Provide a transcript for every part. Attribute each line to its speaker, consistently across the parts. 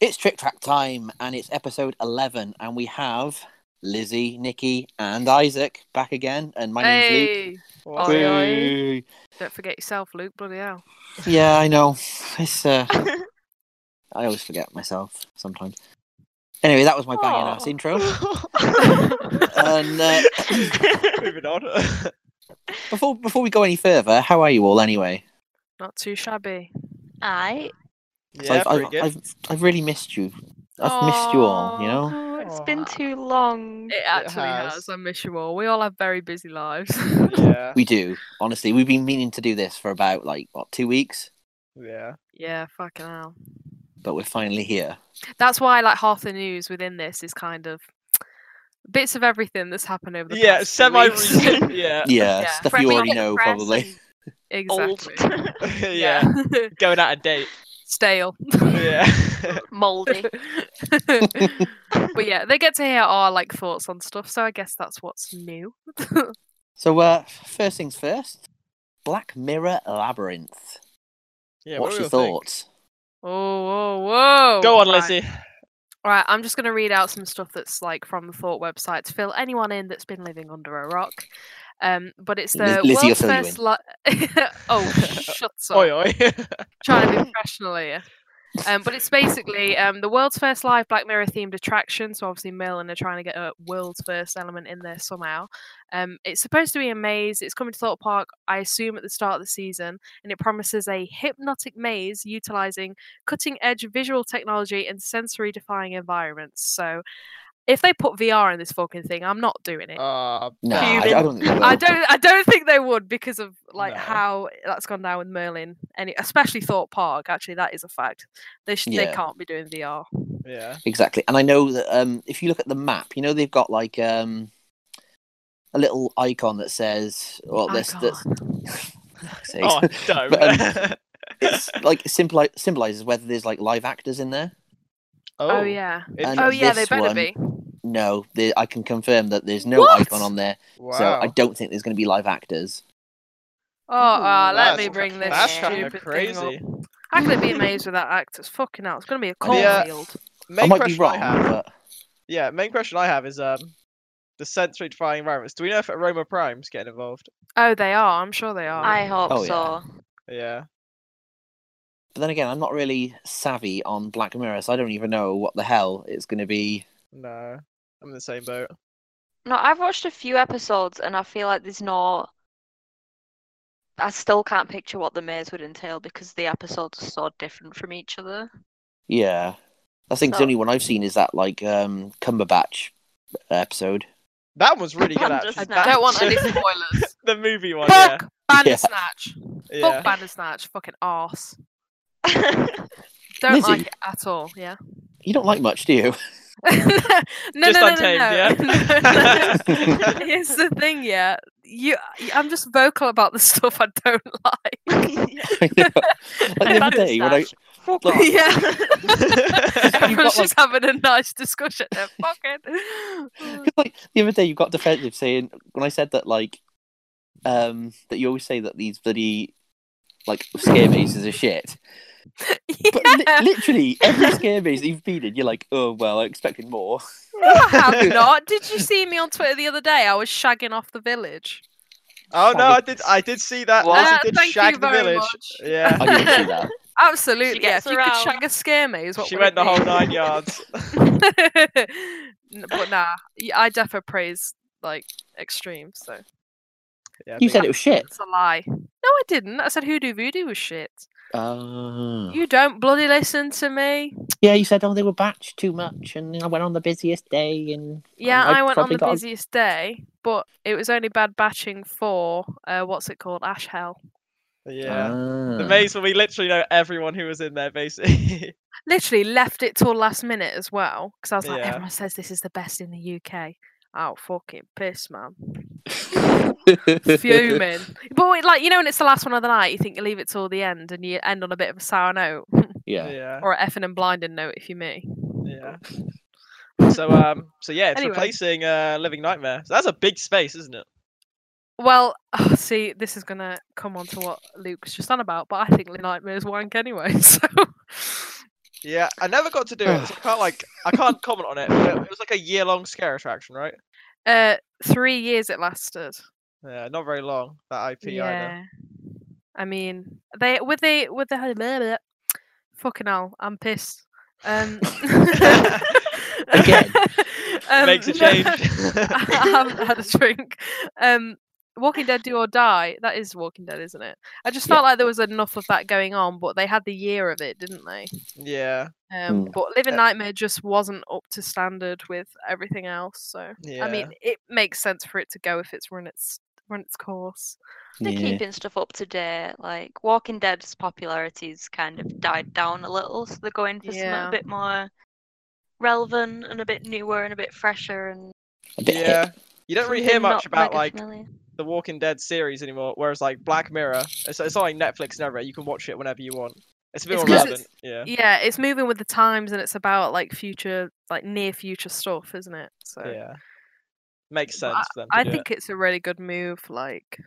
Speaker 1: It's Trick Track time, and it's episode 11, and we have Lizzie, Nikki, and Isaac back again. And my name's Luke.
Speaker 2: Hey, Oi, oi.
Speaker 1: Boo.
Speaker 2: don't forget yourself, Luke. Bloody hell.
Speaker 1: Yeah, I know. It's uh, I always forget myself sometimes. Anyway, that was my banging
Speaker 2: Aw.
Speaker 1: ass intro. And uh,
Speaker 3: Moving on.
Speaker 1: before before we go any further, how are you all anyway?
Speaker 2: Not too shabby.
Speaker 4: I.
Speaker 1: 'Cause
Speaker 3: yeah,
Speaker 1: I've,
Speaker 3: pretty
Speaker 1: I've,
Speaker 3: good.
Speaker 1: I've I've really missed you. I've missed you all. You know.
Speaker 4: Oh, it's
Speaker 3: Aw.
Speaker 4: been too long.
Speaker 2: It actually has.
Speaker 3: has.
Speaker 2: I miss you all. We all have very busy lives.
Speaker 3: yeah,
Speaker 1: We do, honestly. We've been meaning to do this for about like what two weeks,
Speaker 3: yeah.
Speaker 2: yeah, fucking hell.
Speaker 1: but we're finally here.
Speaker 2: That's why, like, half the news within this is kind of bits of everything that's happened over the
Speaker 3: Yeah,
Speaker 2: past few
Speaker 3: semi
Speaker 2: weeks.
Speaker 3: recent. Yeah.
Speaker 1: Yeah,
Speaker 2: Yeah.
Speaker 1: stuff
Speaker 4: Fresh
Speaker 1: you already
Speaker 4: off the
Speaker 1: know
Speaker 4: press
Speaker 1: probably.
Speaker 4: and Old.
Speaker 2: exactly.
Speaker 3: yeah.
Speaker 2: Yeah.
Speaker 3: Going out a date.
Speaker 2: Stale.
Speaker 3: Yeah.
Speaker 4: Moldy.
Speaker 2: but yeah, they get to hear our like thoughts on stuff, so I guess that's what's new.
Speaker 1: So uh, first things first, Black Mirror Labyrinth.
Speaker 3: yeah
Speaker 1: What's
Speaker 3: do
Speaker 1: your
Speaker 3: you think?
Speaker 1: thoughts?
Speaker 2: Oh, whoa, whoa!
Speaker 3: Go on,
Speaker 2: Right.
Speaker 3: Lizzie.
Speaker 2: Right, I'm just going to read out some stuff that's like from the Thought website to fill anyone in that's been living under a rock. Um, but it's
Speaker 1: Liz-
Speaker 2: the
Speaker 1: Lizzie will
Speaker 2: world's
Speaker 1: fill you
Speaker 2: first. Li- oh, shut up!
Speaker 3: Oi, oi.
Speaker 2: Trying to be professional here. Um, but it's basically um, the world's first live Black Mirror themed attraction. So obviously, Merlin are trying to get a world's first element in there somehow. Um, it's supposed to be a maze. It's coming to Thought Park, I assume, at the start of the season, and it promises a hypnotic maze utilizing cutting edge visual technology and sensory defying environments. So if they put VR in this fucking thing, I'm not doing it.
Speaker 3: Ah,
Speaker 1: No, I,
Speaker 3: bad.
Speaker 1: I don't. Think they
Speaker 2: I
Speaker 1: will.
Speaker 2: don't. I don't think they would because of like
Speaker 3: No.
Speaker 2: how that's gone down with Merlin, and it- especially Thought Park. Actually, that is a fact. They sh- they
Speaker 1: Yeah.
Speaker 2: can't be doing VR.
Speaker 3: Yeah.
Speaker 1: Exactly. And I know that um, if you look at the map, you know they've got like um, a little icon that says, well, this, that's, fuck's sake.
Speaker 3: Oh, don't.
Speaker 1: But, um, it's like symboli- symbolizes whether there's like live actors in there.
Speaker 2: Oh, yeah.
Speaker 1: And
Speaker 2: Oh yeah. They
Speaker 1: this
Speaker 2: better
Speaker 1: one-
Speaker 2: be.
Speaker 1: No, there, I can confirm that there's no
Speaker 2: What?
Speaker 1: icon on there.
Speaker 3: Wow.
Speaker 1: So I don't think there's going to be live actors.
Speaker 2: Oh, ah,
Speaker 4: Ooh,
Speaker 2: let
Speaker 3: That's
Speaker 2: me
Speaker 3: ki-
Speaker 2: bring this
Speaker 3: That's kind
Speaker 2: stupid
Speaker 3: of
Speaker 2: thing up.
Speaker 3: crazy.
Speaker 2: How could they be amazed with that act? It's fucking out. It's gonna be a
Speaker 1: I mean, uh,
Speaker 2: cornfield.
Speaker 3: Main
Speaker 1: I might be
Speaker 3: question
Speaker 1: wrong,
Speaker 3: I have. uh,
Speaker 1: but
Speaker 3: Yeah, main question I have is um, the sensory defying environments. Do we know if Aroma Prime's getting involved?
Speaker 2: Oh, they are. I'm sure they are.
Speaker 4: I hope
Speaker 1: Oh, yeah.
Speaker 4: so.
Speaker 3: Yeah.
Speaker 1: but then again, I'm not really savvy on Black Mirror, so I don't even know what the hell it's going to be.
Speaker 3: No. I'm in the same boat.
Speaker 4: No, I've watched a few episodes and I feel like there's no. I still can't picture what the maze would entail because the episodes are so different from each other.
Speaker 1: Yeah, I think
Speaker 4: So-
Speaker 1: the only one I've seen is that like um, Cumberbatch episode.
Speaker 3: That was really good.
Speaker 4: I'm
Speaker 3: Actually.
Speaker 4: just
Speaker 2: I
Speaker 4: That-
Speaker 2: don't want any
Speaker 3: That-
Speaker 2: spoilers.
Speaker 3: the movie one. Yeah.
Speaker 2: Fuck Bandersnatch.
Speaker 3: Yeah.
Speaker 2: Fuck Bandersnatch. Fucking arse.
Speaker 4: I
Speaker 2: Don't
Speaker 1: Lizzie.
Speaker 2: like it at all. Yeah.
Speaker 1: You don't like much, do you?
Speaker 2: no, no,
Speaker 3: Just
Speaker 2: no, no,
Speaker 3: untamed,
Speaker 2: no.
Speaker 3: yeah?
Speaker 2: no. Here's the thing, yeah. You, I'm just vocal about the stuff I don't like.
Speaker 1: I know. Like the other day when I,
Speaker 4: Fuck
Speaker 1: Look,
Speaker 4: off.
Speaker 2: yeah,
Speaker 1: You've got,
Speaker 2: everyone's
Speaker 1: like-
Speaker 2: just having a nice discussion. They're fucking.
Speaker 1: like the other day you got defensive saying when I said that like um that you always say that these bloody like scare mazes are shit. But li-
Speaker 2: yeah,
Speaker 1: literally every scare maze that you've been in, you're like, oh well, I expected more.
Speaker 2: I have not. Did you see me on Twitter the other day? I was shagging off the village.
Speaker 3: Oh no, I did. I did see that.
Speaker 4: What?
Speaker 3: Lizzie
Speaker 2: Uh,
Speaker 3: did
Speaker 2: thank
Speaker 3: shag
Speaker 2: you
Speaker 3: the
Speaker 2: very
Speaker 3: village.
Speaker 2: much.
Speaker 3: Yeah.
Speaker 1: I didn't see that.
Speaker 2: Absolutely, yeah.
Speaker 4: gets
Speaker 2: If you could
Speaker 4: around.
Speaker 2: shag a scare maze, what
Speaker 3: she
Speaker 2: would it
Speaker 3: went the
Speaker 2: be?
Speaker 3: whole nine yards.
Speaker 2: N- but nah, y- I defo praise like extreme. So
Speaker 3: Eh. Yeah,
Speaker 1: You
Speaker 3: big-
Speaker 1: said it was shit.
Speaker 2: it's a lie. No, I didn't. I said hoodoo voodoo was shit.
Speaker 3: Oh.
Speaker 1: Uh,
Speaker 2: You don't bloody listen to me.
Speaker 1: yeah, you said oh they were batched too much, and I went on the busiest day, and
Speaker 2: Yeah,
Speaker 1: I
Speaker 2: I, went on
Speaker 1: probably
Speaker 2: the
Speaker 1: got a-
Speaker 2: busiest day, but it was only bad batching for uh, what's it called, Ash Hell.
Speaker 3: yeah. The
Speaker 1: Ah.
Speaker 3: maze where we literally know everyone who was in there, basically.
Speaker 2: Literally left it till last minute as well because I was like,
Speaker 3: Yeah.
Speaker 2: everyone says this is the best in the UK. Oh fucking piss, man! Fuming. but wait, like you know, when it's the last one of the night, you think you leave it till the end and you end on a bit of a sour note.
Speaker 1: yeah.
Speaker 3: yeah.
Speaker 2: or an effing and blinding note if you may.
Speaker 3: Yeah. So um. So yeah, it's
Speaker 2: Oh. Anyway.
Speaker 3: replacing uh Living Nightmare. So that's a big space, isn't it?
Speaker 2: Well, see, this is gonna come on to what Luke's just on about, but I think Nightmare's wank anyway, so
Speaker 3: Yeah, I never got to do it. So I can't like I can't comment on it. But it was like a year long scare attraction, right?
Speaker 2: Uh, three years it lasted.
Speaker 3: Yeah, not very long. That IP either.
Speaker 2: I mean, they with the with the fucking hell, I'm pissed. Um,
Speaker 1: Again.
Speaker 2: um,
Speaker 3: Makes a
Speaker 2: no,
Speaker 3: change.
Speaker 2: I haven't had a drink. Um, Walking Dead Do or Die. That is Walking Dead, isn't it? I just felt like there was enough of that going on, but they had the year of it, didn't they?
Speaker 3: yeah,
Speaker 2: Um,
Speaker 1: Mm.
Speaker 2: But Living
Speaker 3: Uh,
Speaker 2: Nightmare just wasn't up to standard with everything else. So
Speaker 3: yeah.
Speaker 2: I mean, it makes sense for it to go if it's run its run its course.
Speaker 4: They're
Speaker 1: Yeah.
Speaker 4: keeping stuff up to date. Like Walking Dead's popularity's kind of died down a little, so they're going for
Speaker 2: Yeah.
Speaker 4: something a bit more relevant and a bit newer and a bit fresher and
Speaker 1: A bit hip.
Speaker 3: yeah. You don't really hear
Speaker 4: something not
Speaker 3: much about
Speaker 4: mega
Speaker 3: like
Speaker 4: familiar.
Speaker 3: the Walking Dead series anymore. Whereas like Black Mirror, it's, it's on like Netflix and everywhere. You can watch it whenever you want. It's a bit
Speaker 2: It's
Speaker 3: more
Speaker 2: 'cause
Speaker 3: relevant. Yeah.
Speaker 2: Yeah, it's moving with the times, and it's about like future, like near future stuff, isn't it? So
Speaker 3: Yeah. Makes
Speaker 2: But
Speaker 3: sense. for them to
Speaker 2: I
Speaker 3: do it.
Speaker 2: think it's a really good move. Like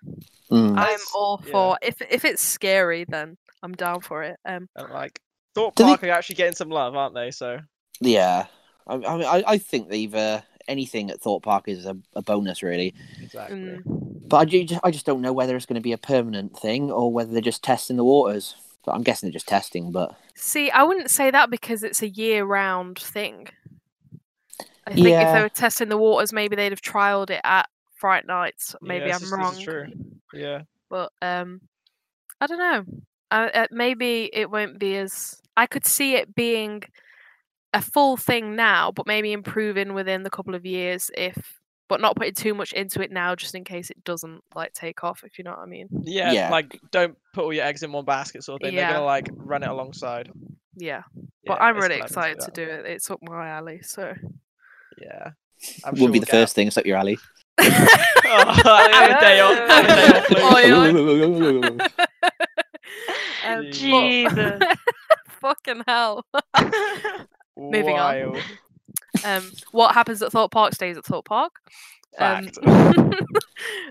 Speaker 1: Mm.
Speaker 2: I'm
Speaker 3: That's-
Speaker 2: all
Speaker 3: yeah.
Speaker 2: for if if it's scary, then I'm down for it. Um,
Speaker 3: And like Thought
Speaker 1: Do they-
Speaker 3: Park are actually getting some love, aren't they? So
Speaker 1: Yeah. I, I mean, I, I think they've uh, anything at Thought Park is a, a bonus, really.
Speaker 3: exactly.
Speaker 2: mm,
Speaker 1: But I ju- just, I just don't know whether it's going to be a permanent thing or whether they're just testing the waters. But I'm guessing they're just testing. But
Speaker 2: see, I wouldn't say that because it's a year round thing. I think if
Speaker 1: Yeah.
Speaker 2: they were testing the waters, maybe they'd have trialed it at Fright Nights. Maybe
Speaker 3: Yes,
Speaker 2: I'm
Speaker 3: this is-
Speaker 2: wrong.
Speaker 3: This is true. Yeah.
Speaker 2: but um i don't know I, uh, maybe it won't be as i could see it being a full thing now but maybe improving within the couple of years if but not putting too much into it now just in case it doesn't like take off if you know what i mean
Speaker 3: yeah,
Speaker 1: Yeah.
Speaker 3: Like don't put all your eggs in one basket, sort of thing.
Speaker 2: Yeah.
Speaker 3: They're gonna like run it alongside.
Speaker 2: yeah but
Speaker 3: Yeah,
Speaker 2: i'm
Speaker 3: it's
Speaker 2: really
Speaker 3: clever
Speaker 2: excited to
Speaker 3: that.
Speaker 2: do it it's up my alley so
Speaker 3: Yeah.
Speaker 1: it wouldn't
Speaker 3: I'm sure
Speaker 1: be
Speaker 3: we'll
Speaker 1: the
Speaker 3: get-
Speaker 1: first thing that's up your alley.
Speaker 3: oh, I have a day off. I have a day off, Luke.
Speaker 2: Oh, yeah.
Speaker 3: Um,
Speaker 2: but-
Speaker 4: Jesus.
Speaker 2: fucking hell Moving on.
Speaker 3: Wild.
Speaker 2: um what happens at thought park stays at thought park Um,
Speaker 3: Fact.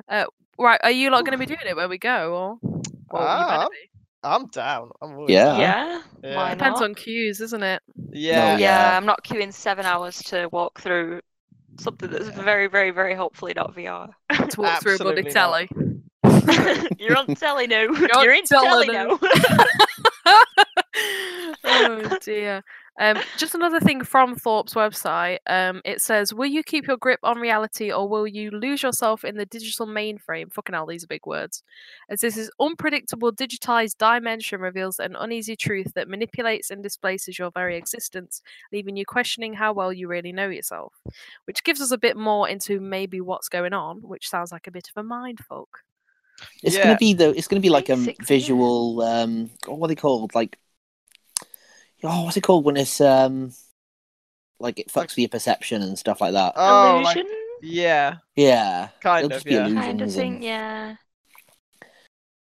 Speaker 2: uh, right, are you lot going to be doing it where we go, or well, you better
Speaker 3: Ah,
Speaker 2: be.
Speaker 3: I'm down. I'm always
Speaker 1: Yeah.
Speaker 3: down.
Speaker 4: yeah.
Speaker 3: Yeah.
Speaker 4: Why
Speaker 2: depends
Speaker 4: not?
Speaker 2: on cues, isn't it?
Speaker 3: Yeah.
Speaker 1: No,
Speaker 4: yeah,
Speaker 1: Yeah.
Speaker 4: I'm not queuing seven hours to walk through something that's very, very, very hopefully not VR.
Speaker 2: To walk through a bloody
Speaker 3: Absolutely
Speaker 2: telly.
Speaker 3: not.
Speaker 4: You're on telly now. You're,
Speaker 2: on
Speaker 4: in
Speaker 2: telly
Speaker 4: telly
Speaker 2: now.
Speaker 4: now.
Speaker 2: oh dear. Um, just another thing from Thorpe's website. Um, it says, "Will you keep your grip on reality, or will you lose yourself in the digital mainframe?" Fucking hell, these are big words. As this is unpredictable, digitized dimension reveals an uneasy truth that manipulates and displaces your very existence, leaving you questioning how well you really know yourself. Which gives us a bit more into maybe what's going on, which sounds like a bit of a mind folk.
Speaker 1: It's
Speaker 3: Yeah.
Speaker 1: gonna be though. It's gonna be like a um,
Speaker 4: Basics, yeah.
Speaker 1: visual. Um, oh, what are they called? Like, oh, what's it called when it's um, like it fucks with your perception and stuff like that.
Speaker 3: Oh, like,
Speaker 4: Illusion
Speaker 3: yeah.
Speaker 1: yeah.
Speaker 3: Kind
Speaker 1: It'll
Speaker 3: of.
Speaker 1: just be
Speaker 3: Yeah.
Speaker 1: illusions
Speaker 4: kind of
Speaker 1: and-
Speaker 4: thing, yeah.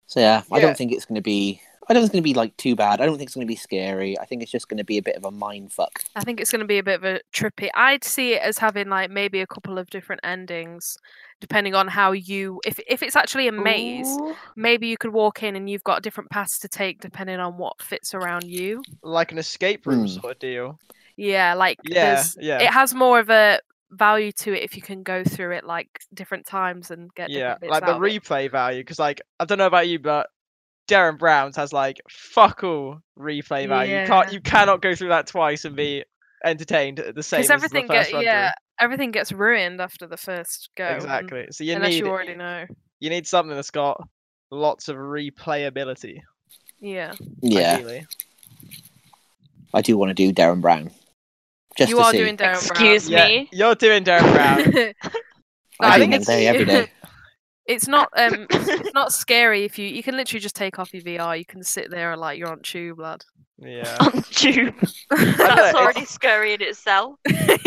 Speaker 1: So yeah, I
Speaker 3: Yeah.
Speaker 1: don't think it's gonna be. I don't think it's gonna be like too bad. I don't think it's gonna be scary. I think it's just gonna be a bit of a mind fuck.
Speaker 2: I think it's going to be a bit of a trippy. I'd see it as having like maybe a couple of different endings, depending on how you. If if it's actually a maze,
Speaker 4: Ooh.
Speaker 2: maybe you could walk in and you've got different paths to take depending on what fits around you.
Speaker 3: Like an escape room
Speaker 1: Hmm.
Speaker 3: sort of deal.
Speaker 2: Yeah, like
Speaker 3: Yeah.
Speaker 2: there's-
Speaker 3: Yeah.
Speaker 2: it has more of a value to it if you can go through it like different times and get
Speaker 3: yeah,
Speaker 2: different bits
Speaker 3: like the
Speaker 2: out of it.
Speaker 3: replay value. Because like I don't know about you, but Darren Browns has like fuck all replay value. You
Speaker 2: Yeah.
Speaker 3: can't, you cannot go through that twice and be entertained at the same. As
Speaker 2: everything
Speaker 3: the first
Speaker 2: get,
Speaker 3: run through.
Speaker 2: yeah everything gets ruined after the first go. and-
Speaker 3: exactly. So you
Speaker 2: Unless
Speaker 3: need
Speaker 2: you already know.
Speaker 3: you need something that's got lots of replayability.
Speaker 2: Yeah.
Speaker 1: Yeah,
Speaker 3: Ideally.
Speaker 1: I do want to do Darren Brown. Just
Speaker 2: you
Speaker 1: to
Speaker 2: are
Speaker 1: see.
Speaker 2: doing Darren
Speaker 4: Excuse
Speaker 3: Yeah,
Speaker 4: me.
Speaker 3: You're doing Darren
Speaker 2: Brown.
Speaker 3: Brown.
Speaker 1: I,
Speaker 3: I
Speaker 1: do
Speaker 3: think
Speaker 1: one
Speaker 3: it's-
Speaker 1: day every day.
Speaker 2: it's not um it's not scary if you you can literally just take off your VR. You can sit there and like you're on tube, lad.
Speaker 3: yeah.
Speaker 4: On tube.
Speaker 3: know,
Speaker 4: That's
Speaker 3: it's-
Speaker 4: already scary in itself.
Speaker 2: yeah.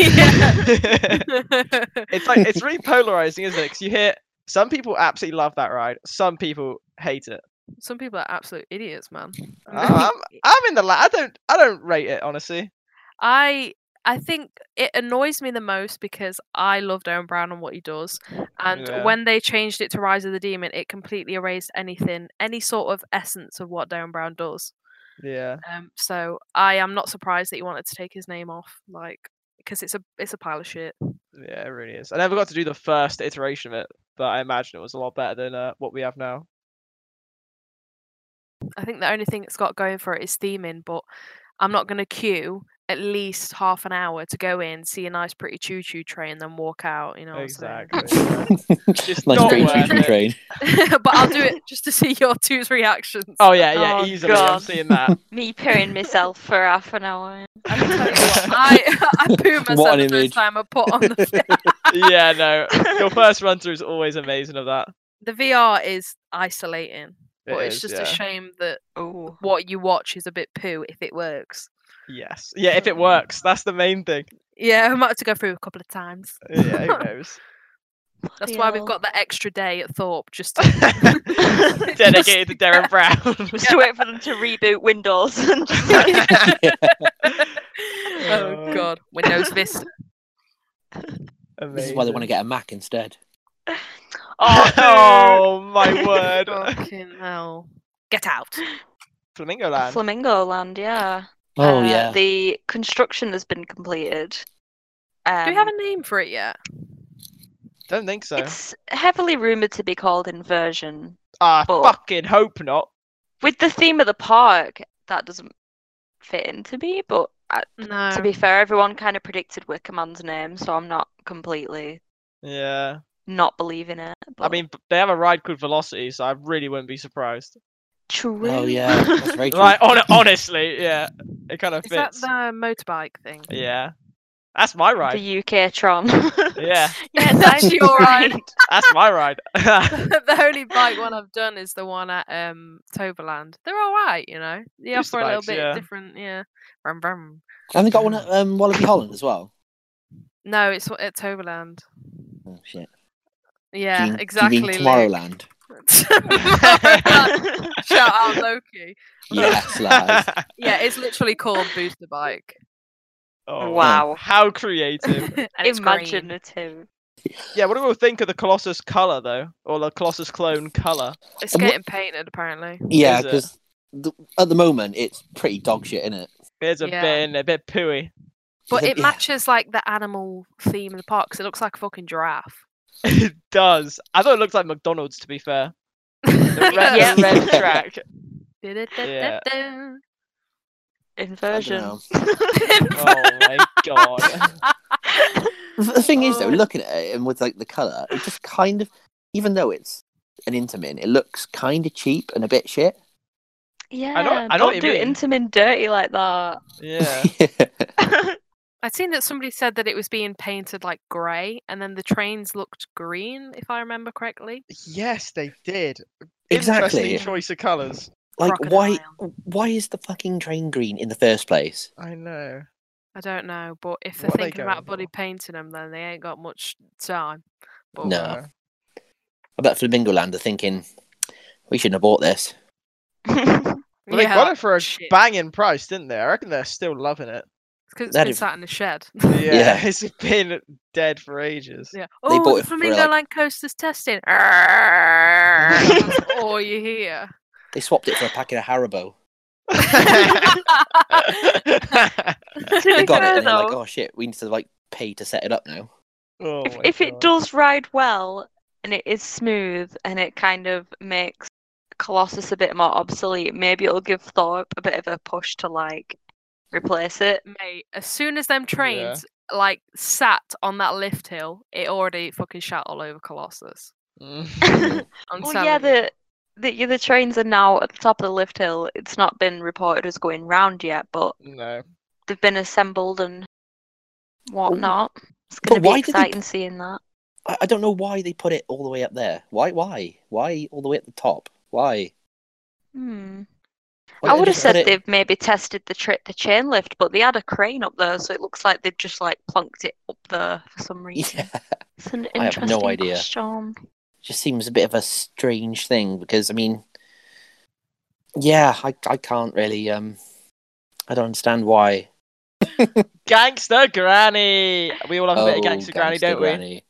Speaker 3: it's like it's really polarizing, isn't it? Because you hear some people absolutely love that ride, some people hate it. Oh,
Speaker 2: Some people are absolute idiots, man.
Speaker 3: I'm, I'm in the la- I don't I don't rate it honestly.
Speaker 2: I I think it annoys me the most because I love Darren Brown and what he does. And
Speaker 3: Yeah.
Speaker 2: when they changed it to Rise of the Demon, it completely erased anything, any sort of essence of what Darren Brown does.
Speaker 3: Yeah.
Speaker 2: Um, so I am not surprised that he wanted to take his name off, like because it's a it's a pile of shit.
Speaker 3: Yeah, it really is. I never got to do the first iteration of it, but I imagine it was a lot better than uh, what we have now.
Speaker 2: I think the only thing it's got going for it is theming, but I'm not going to queue at least half an hour to go in, see a nice, pretty choo choo train, then walk out. You know, what I'm saying?
Speaker 3: Exactly. Just
Speaker 1: nice
Speaker 3: not
Speaker 1: pretty
Speaker 3: worth
Speaker 1: choo-choo
Speaker 3: it.
Speaker 1: train.
Speaker 2: but I'll do it just to see your two's reactions.
Speaker 3: Oh yeah, yeah,
Speaker 4: Oh,
Speaker 3: easily. I'm
Speaker 4: God.
Speaker 3: seeing that.
Speaker 4: Me pooing myself for half an hour.
Speaker 2: I can tell you what, I I poo myself
Speaker 1: What an
Speaker 2: the
Speaker 1: image.
Speaker 2: first time I put on the
Speaker 3: yeah, no. Your first run through is always amazing of that.
Speaker 2: the VR is isolating, but
Speaker 3: It
Speaker 2: it's
Speaker 3: is,
Speaker 2: just
Speaker 3: yeah.
Speaker 2: a shame that
Speaker 4: Oh.
Speaker 2: what you watch is a bit poo if it works.
Speaker 3: Yes. Yeah, if it works, that's the main thing.
Speaker 2: Yeah, I might have to go through a couple of times.
Speaker 3: Yeah, who knows?
Speaker 2: That's why we've got the extra day at Thorpe just to
Speaker 4: Just-
Speaker 3: Dedicated to Darren Brown.
Speaker 4: Just to wait for them to reboot Windows and just-
Speaker 2: oh god, Windows Vista.
Speaker 1: This is why they want to get a Mac instead.
Speaker 4: oh,
Speaker 3: Oh, oh my
Speaker 4: dude.
Speaker 3: word!
Speaker 2: Fucking hell. Get out.
Speaker 3: Flamingo
Speaker 4: dude.
Speaker 3: Land.
Speaker 4: Flamingo Land, yeah.
Speaker 1: Oh
Speaker 4: Uh,
Speaker 1: yeah,
Speaker 4: The construction has been completed.
Speaker 2: Do we
Speaker 4: Um,
Speaker 2: have a name for it yet?
Speaker 3: Don't think so.
Speaker 4: It's heavily rumored to be called Inversion.
Speaker 3: Ah,
Speaker 4: but-
Speaker 3: fucking hope not.
Speaker 4: With the theme of the park, that doesn't fit into me, but I,
Speaker 2: No.
Speaker 4: to be fair, everyone kind of predicted Wickerman's name, so I'm not completely
Speaker 3: Yeah.
Speaker 4: not believing it.
Speaker 3: I
Speaker 4: but-
Speaker 3: mean, b- they have a ride called Velocity, so I really wouldn't be surprised.
Speaker 4: true.
Speaker 1: oh yeah, that's very true.
Speaker 3: Like, on, honestly, yeah, it kind of
Speaker 2: is that
Speaker 3: fits.
Speaker 2: the motorbike thing?
Speaker 3: Yeah, that's my ride.
Speaker 4: The UK Tron.
Speaker 1: Oh,
Speaker 3: Yeah,
Speaker 4: yes, that's your right.
Speaker 3: that's my ride. yeah,
Speaker 2: the only bike one I've done is the one at um Toverland. They're all right, you know. They
Speaker 3: Booster
Speaker 2: offer a little
Speaker 3: bikes,
Speaker 2: bit
Speaker 3: yeah.
Speaker 2: different, yeah. Brum, brum.
Speaker 1: And they got one at um, Wallaby Holland as well.
Speaker 2: No, it's w- at Toverland.
Speaker 1: Oh shit.
Speaker 2: Yeah,
Speaker 1: Do you- do
Speaker 2: exactly.
Speaker 1: You mean
Speaker 2: Luke.
Speaker 1: Tomorrowland.
Speaker 2: Tomorrowland. Shout out Loki.
Speaker 1: Yes, lads.
Speaker 2: Yeah, it's literally called Booster Bike.
Speaker 3: Oh,
Speaker 4: Wow.
Speaker 3: How creative.
Speaker 2: And it's green.
Speaker 4: Imaginative.
Speaker 3: yeah, what do we all think of the Colossus color though, or the Colossus clone color?
Speaker 2: It's
Speaker 1: And what-
Speaker 2: getting painted apparently.
Speaker 1: Yeah,
Speaker 3: Is it?
Speaker 1: because at the moment it's pretty dog shit, isn't it?
Speaker 3: It's a
Speaker 2: Yeah.
Speaker 3: bit, in there, a bit pooey.
Speaker 2: But
Speaker 1: Yeah.
Speaker 2: it matches like the animal theme of the park because it looks like a fucking giraffe.
Speaker 3: it does. I thought it looked like McDonald's. To be fair, the red,
Speaker 4: Yeah.
Speaker 3: the red track.
Speaker 2: Du-du-du-du-du.
Speaker 1: I
Speaker 4: Inversion.
Speaker 1: dunno.
Speaker 3: Oh my god.
Speaker 1: The the thing is, though,
Speaker 2: Oh.
Speaker 1: looking at it and with like the color, it just kind of, even though it's an intermin, it looks kind of cheap and a bit shit.
Speaker 4: Yeah.
Speaker 3: I know- I know what
Speaker 4: don't
Speaker 3: you
Speaker 4: do
Speaker 3: mean.
Speaker 4: Intamin dirty like that.
Speaker 3: Yeah.
Speaker 2: I'd seen that somebody said that it was being painted like grey, and then the trains looked green, if I remember correctly.
Speaker 3: Yes, they did.
Speaker 1: exactly.
Speaker 3: Interesting choice of colours.
Speaker 1: Like, why?
Speaker 2: crocodile.
Speaker 1: Why is the fucking train green in the first place?
Speaker 3: I know.
Speaker 2: I don't know, but if they're
Speaker 3: What are they
Speaker 2: thinking about
Speaker 3: going
Speaker 2: bloody
Speaker 3: for?
Speaker 2: painting them, then they ain't got much time.
Speaker 3: Oh,
Speaker 2: But
Speaker 1: No. I bet Flamingo Land are thinking we shouldn't have bought this.
Speaker 3: But they
Speaker 2: yeah,
Speaker 3: got it for a
Speaker 2: shit.
Speaker 3: banging price, didn't they? I reckon they're still loving it.
Speaker 2: 'cause it's
Speaker 1: That'd
Speaker 2: been
Speaker 1: have-
Speaker 2: sat in the shed.
Speaker 3: Yeah,
Speaker 1: Yeah.
Speaker 3: it's been dead for ages.
Speaker 2: yeah.
Speaker 1: They bought
Speaker 2: Oh,
Speaker 1: it
Speaker 2: the
Speaker 1: for,
Speaker 2: Flamingo
Speaker 1: like-
Speaker 2: Land coaster's testing. That's all you hear.
Speaker 1: They swapped it for a packet of Haribo. They got it, and they're like, "Oh shit, we need to like pay to set it up now."
Speaker 3: Oh
Speaker 4: if
Speaker 3: my
Speaker 4: if it
Speaker 3: God.
Speaker 4: does ride well and it is smooth and it kind of makes Colossus a bit more obsolete, maybe it'll give Thorpe a bit of a push to like replace it.
Speaker 2: Mate, as soon as them trains like sat on that lift hill, it already fucking shat all over Colossus.
Speaker 3: Mm.
Speaker 4: well,
Speaker 2: I'm
Speaker 4: yeah,
Speaker 2: telling you.
Speaker 4: the, the yeah, the trains are now at the top of the lift hill. It's not been reported as going round yet, but
Speaker 3: no.
Speaker 4: they've been assembled and whatnot. It's
Speaker 1: But
Speaker 4: going to
Speaker 1: why
Speaker 4: be
Speaker 1: did they
Speaker 4: exciting seeing that.
Speaker 1: I, I don't know why they put it all the way up there. Why? Why? Why all the way at the top? Why?
Speaker 4: Hmm.
Speaker 1: Why
Speaker 4: I
Speaker 1: don't they
Speaker 4: would have
Speaker 1: just put
Speaker 4: said
Speaker 1: it-
Speaker 4: they've maybe tested the tri- the chain lift, but they had a crane up there, so it looks like they've just like plunked it up there for some reason.
Speaker 1: Yeah.
Speaker 4: It's an
Speaker 1: I have no
Speaker 4: interesting
Speaker 1: idea.
Speaker 4: question.
Speaker 1: just seems a bit of a strange thing because I mean, yeah, I I can't really um, I don't understand why.
Speaker 3: Gangster Granny. We all love
Speaker 1: Oh,
Speaker 3: a bit of Oh, Gangster, Granny, don't we?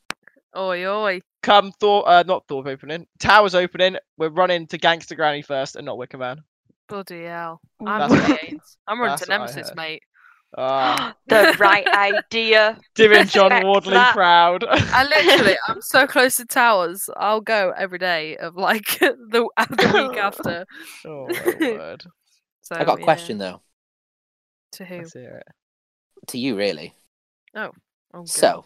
Speaker 2: Oi, oi.
Speaker 3: Come Thor, uh, not Thorpe opening. Towers opening. We're running to Gangster Granny first, and not Wicker Man.
Speaker 2: Bloody hell.
Speaker 3: That's
Speaker 2: I'm,
Speaker 4: Um,
Speaker 3: what I-
Speaker 2: running- I'm running
Speaker 3: that's
Speaker 2: to
Speaker 3: what I
Speaker 2: Nemesis,
Speaker 3: heard.
Speaker 2: mate.
Speaker 3: Ah,
Speaker 4: the right idea.
Speaker 3: doing John
Speaker 4: Respect
Speaker 3: Wardley
Speaker 4: that.
Speaker 3: proud.
Speaker 2: I literally, I'm so close to towers. I'll go every day of like the, the week after.
Speaker 3: oh my word.
Speaker 2: So,
Speaker 1: I got a
Speaker 2: yeah.
Speaker 1: question though
Speaker 2: To who?
Speaker 3: Let's hear it.
Speaker 1: to you, really.
Speaker 2: Oh, God.
Speaker 1: So,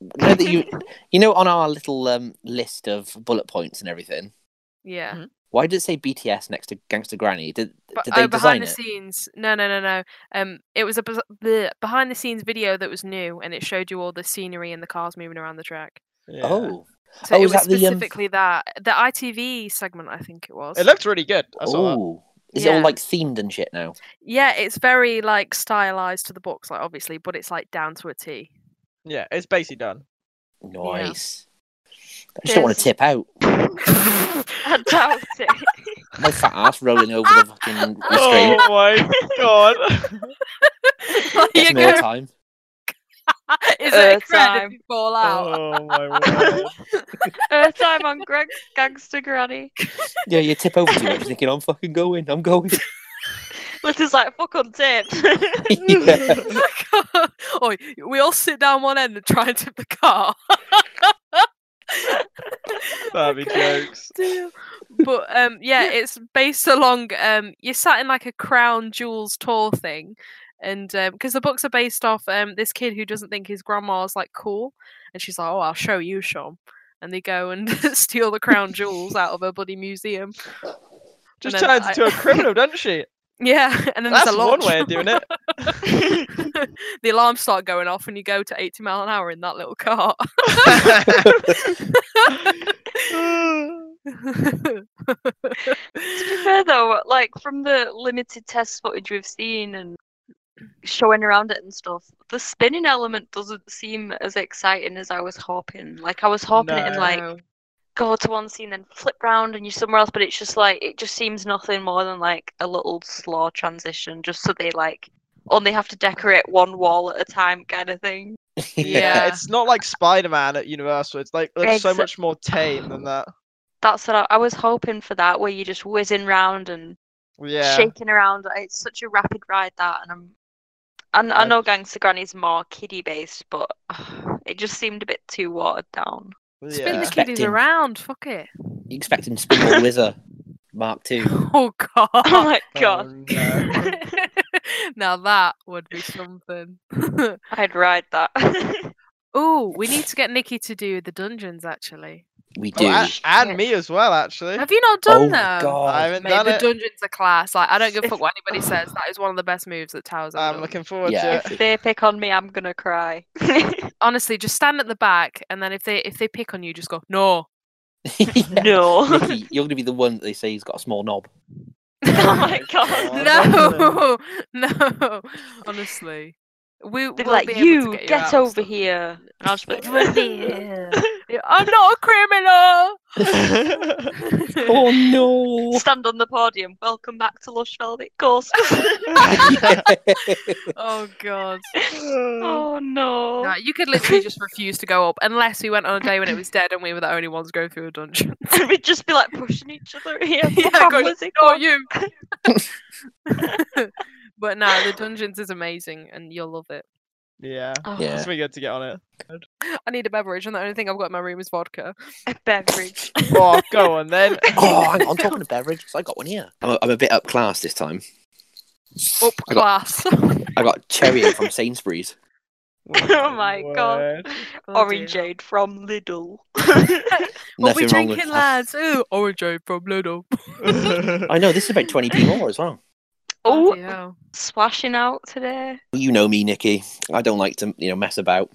Speaker 1: know that you, you know, on our little um, list of bullet points and everything,
Speaker 2: yeah.
Speaker 1: why did it say BTS next to Gangster Granny? Did
Speaker 2: But,
Speaker 1: hmm, did they
Speaker 2: oh,
Speaker 1: design
Speaker 2: behind
Speaker 1: it?
Speaker 2: the scenes. No, no, no, no. Um, it was a bes- bleh, behind the scenes video that was new, and it showed you all the scenery and the cars moving around the track.
Speaker 3: Yeah.
Speaker 1: Oh,
Speaker 2: So
Speaker 1: Oh,
Speaker 2: it
Speaker 1: was
Speaker 2: was
Speaker 1: that the, um,
Speaker 2: specifically that the ITV segment, I think it was.
Speaker 3: It looked really good. I saw that.
Speaker 1: oh, is it
Speaker 2: Yeah.
Speaker 1: all like themed and shit now?
Speaker 2: yeah, it's very like stylized to the books, like obviously, but it's like down to a T.
Speaker 3: Yeah, it's basically done.
Speaker 1: Nice. I just don't want to
Speaker 4: Yes.
Speaker 1: tip out.
Speaker 4: I doubt it.
Speaker 1: My fat ass rolling over the fucking the street.
Speaker 3: Oh my god.
Speaker 2: Like,
Speaker 1: Gets
Speaker 2: you
Speaker 1: me all the
Speaker 2: go,
Speaker 1: time.
Speaker 2: is
Speaker 1: Uh,
Speaker 2: it
Speaker 4: Earth
Speaker 2: a cred
Speaker 4: time.
Speaker 2: if you fall out?
Speaker 3: oh my word.
Speaker 4: Earth time on Greg Gangster Granny.
Speaker 1: Yeah, you tip over too much, thinking I'm fucking going. I'm going.
Speaker 4: Liz is like, fuck on tape.
Speaker 1: Oh. Yeah.
Speaker 2: Oi, we all sit down one end and try and tip the car.
Speaker 3: That'd be jokes.
Speaker 2: deal. But um, yeah, it's based along um, you're sat in like a crown jewels tour thing, and because the books are based off um, this kid who doesn't think his grandma's like cool, and she's like, "Oh, I'll show you, Sean." And they go and steal the crown jewels out of her bloody museum.
Speaker 3: Just
Speaker 2: then
Speaker 3: turns
Speaker 2: I-
Speaker 3: into a criminal, doesn't she?
Speaker 2: Yeah, and then
Speaker 3: That's
Speaker 2: there's a
Speaker 3: one
Speaker 2: launch.
Speaker 3: way of doing it.
Speaker 2: the alarms start going off, and you go to 80 mile an hour in that little cart.
Speaker 4: to be fair though, like from the limited test footage we've seen and showing around it and stuff, the spinning element doesn't seem as exciting as I was hoping. Like I was hoping it in like
Speaker 2: No.
Speaker 4: go to one scene then flip round and you're somewhere else, but it's just like it just seems nothing more than like a little slow transition just so they like only have to decorate one wall at a time kind of thing.
Speaker 3: yeah,
Speaker 2: Yeah.
Speaker 3: it's not like Spider Man at Universal. It's like it's so
Speaker 4: Exa-
Speaker 3: much more tame than that.
Speaker 4: That's what I, I was hoping for that where you're just whizzing round and
Speaker 3: Yeah.
Speaker 4: shaking around. It's such a rapid ride that, and I'm. And I
Speaker 3: Yeah.
Speaker 4: know Gangster Granny's more kiddie based, but it just seemed a bit too watered down.
Speaker 2: Spin
Speaker 3: yeah.
Speaker 2: the kiddies
Speaker 1: Expecting.
Speaker 2: around. Fuck it.
Speaker 1: You expect him to spin the whizzer, Mark II.
Speaker 2: Oh
Speaker 4: Oh
Speaker 2: god.
Speaker 4: my god,
Speaker 3: Oh, no.
Speaker 2: now that would be something.
Speaker 4: I'd ride that.
Speaker 2: oh, we need to get Nikki to do the dungeons actually.
Speaker 1: We
Speaker 3: Oh,
Speaker 1: do.
Speaker 3: a- and
Speaker 4: Shit.
Speaker 3: me as well, actually.
Speaker 2: Have you not
Speaker 1: Oh
Speaker 2: done
Speaker 1: my
Speaker 2: them?
Speaker 3: I
Speaker 1: god.
Speaker 3: haven't
Speaker 2: Mate,
Speaker 3: done
Speaker 2: the
Speaker 3: it.
Speaker 2: dungeons are class. Like I don't give a fuck what anybody says. That is one of the best moves that Towers ever
Speaker 3: I'm
Speaker 2: done.
Speaker 3: looking forward
Speaker 1: Yeah.
Speaker 3: to it.
Speaker 4: if they pick on me, I'm gonna cry.
Speaker 2: Honestly, just stand at the back and then if they if they pick on you, just go, No.
Speaker 1: Yeah.
Speaker 4: No.
Speaker 1: Nicky, you're going to be the one that they say he's got a small knob.
Speaker 4: oh my god.
Speaker 3: Oh,
Speaker 2: no, no. Honestly. We
Speaker 4: They'd be
Speaker 2: we'll
Speaker 4: like,
Speaker 2: be able to get,
Speaker 4: you, get,
Speaker 2: you out and
Speaker 4: over
Speaker 2: stuff."
Speaker 4: here. And I'll just be like,
Speaker 2: Yeah, I'm not a criminal.
Speaker 1: Oh no!
Speaker 4: Stand on the podium. Welcome back to Lush Velvet Ghost.
Speaker 2: Mm. oh god.
Speaker 4: oh no.
Speaker 2: No, you could literally just refuse to go up unless we went on a day when it was dead and we were the only ones going through a dungeon.
Speaker 4: We'd just be like pushing each other here.
Speaker 2: Yeah,
Speaker 4: Come
Speaker 2: go-
Speaker 4: on, Lizzie,
Speaker 2: Oh,
Speaker 4: go.
Speaker 2: you. but no, the dungeons is amazing and you'll love it.
Speaker 3: yeah.
Speaker 4: Oh,
Speaker 1: Yeah.
Speaker 3: It's really good to get on it.
Speaker 2: I need a beverage, and the only thing I've got in my room is vodka.
Speaker 4: A beverage.
Speaker 3: Oh, go on then.
Speaker 1: oh, hang on, I'm talking to beverage 'cause I got one here. I'm a, I'm a bit upclassed this time.
Speaker 2: Up
Speaker 1: I got,
Speaker 2: class.
Speaker 1: I got cherry from Sainsbury's.
Speaker 4: oh my god.
Speaker 3: Word.
Speaker 2: Oh,
Speaker 4: Orangeade from Lidl.
Speaker 2: What we
Speaker 1: Nothing wrong with
Speaker 2: drinking,
Speaker 1: that.
Speaker 2: lads? Ooh, orangeade from Lidl.
Speaker 1: I know this is about 20p more as well.
Speaker 4: oh,
Speaker 2: Bloody hell.
Speaker 4: splashing out today.
Speaker 1: You know me, Nikki. I don't like to, you know, mess about.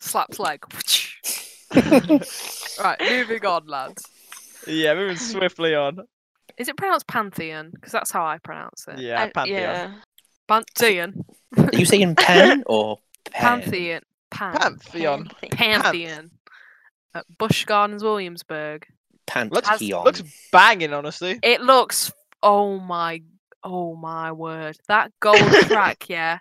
Speaker 2: Slaps leg. right, moving on, lads.
Speaker 3: yeah, moving swiftly on.
Speaker 2: Is it pronounced Pantheon? Because that's how I pronounce it.
Speaker 3: Yeah,
Speaker 4: I-
Speaker 3: Pantheon.
Speaker 4: yeah.
Speaker 2: Pantheon.
Speaker 1: Are you saying pan or pan?
Speaker 2: Pantheon. Pan.
Speaker 3: Pantheon.
Speaker 4: Pantheon.
Speaker 2: Pantheon. At Bush Gardens, Williamsburg.
Speaker 1: Pantheon.
Speaker 3: Looks banging, honestly.
Speaker 2: It looks. Oh my. Oh my word. That gold track, yeah.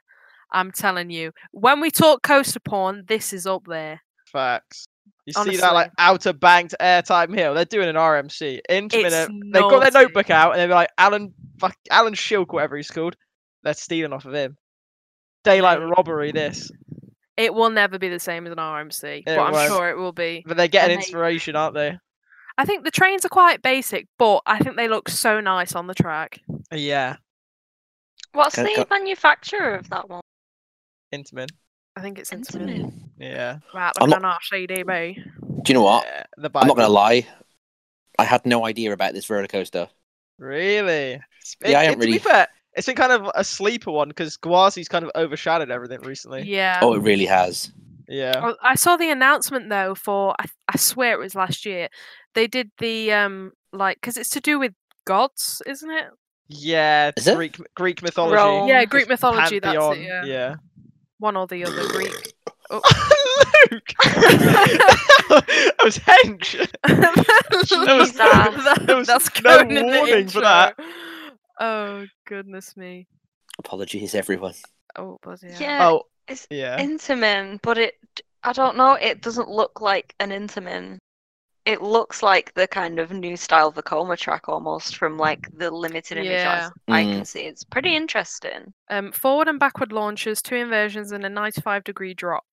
Speaker 2: I'm telling you. When we talk coaster porn, this is up there.
Speaker 3: Facts. You see
Speaker 2: Honestly.
Speaker 3: that like outer banked airtime hill. They're doing an RMC. Inchman,
Speaker 2: It's
Speaker 3: they've got their
Speaker 2: naughty.
Speaker 3: notebook out and they're like Alan, fuck, Alan Shilk, whatever he's called. They're stealing off of him. Daylight robbery. This,
Speaker 2: It will never be the same as an RMC, but I'm
Speaker 3: won't.
Speaker 2: sure it will be.
Speaker 3: but they're getting
Speaker 4: Amazing.
Speaker 3: inspiration, aren't they?
Speaker 2: I think the trains are quite basic, but I think they look so nice on the track.
Speaker 3: Yeah,
Speaker 4: What's
Speaker 1: Go-
Speaker 4: the
Speaker 1: Uh, go-
Speaker 4: manufacturer of that one?
Speaker 3: Intamin.
Speaker 2: I think it's intimate.
Speaker 4: Intimate.
Speaker 3: Yeah.
Speaker 2: Right,
Speaker 1: I'm
Speaker 2: look
Speaker 1: not-
Speaker 2: on our CDB.
Speaker 1: Do you know what?
Speaker 3: yeah, The
Speaker 1: I'm not
Speaker 3: Bible.
Speaker 1: gonna lie. I had no idea about this roller coaster.
Speaker 3: Really? It's been-
Speaker 1: Yeah, I
Speaker 3: it-
Speaker 1: haven't
Speaker 3: to be
Speaker 1: really-
Speaker 3: fair, it's been kind of a sleeper one because Guazi's kind of overshadowed everything recently.
Speaker 2: Yeah.
Speaker 1: Oh, it really has.
Speaker 3: Yeah.
Speaker 2: Oh, I- I saw the announcement though for I, I swear it was last year. They did the um like because it's to do with gods, isn't it?
Speaker 3: Yeah.
Speaker 1: Is it?
Speaker 3: Greek Greek mythology.
Speaker 4: Rome.
Speaker 2: Yeah,
Speaker 4: Um,
Speaker 2: Greek mythology. That's
Speaker 3: Oh, Pantheon,
Speaker 2: it. Yeah. one or the other. Greek.
Speaker 3: Luke. I was hench.
Speaker 4: Uh,
Speaker 3: was-
Speaker 2: That-
Speaker 3: there was
Speaker 2: that's
Speaker 3: no
Speaker 2: going in the
Speaker 3: warning for that.
Speaker 2: intro. Oh goodness me!
Speaker 1: Apologies, everyone.
Speaker 2: Oh bloody hell.
Speaker 4: Yeah,
Speaker 3: Oh,
Speaker 4: it's
Speaker 3: yeah.
Speaker 4: Intamin, but it I don't know, it doesn't look like an Intamin. It looks like the kind of new style Vacoma track almost from like the limited image
Speaker 2: Yeah.
Speaker 4: I, I
Speaker 1: Mm.
Speaker 4: can see. It's pretty interesting.
Speaker 2: Um, forward and backward launches, two inversions, and a 95 degree drop.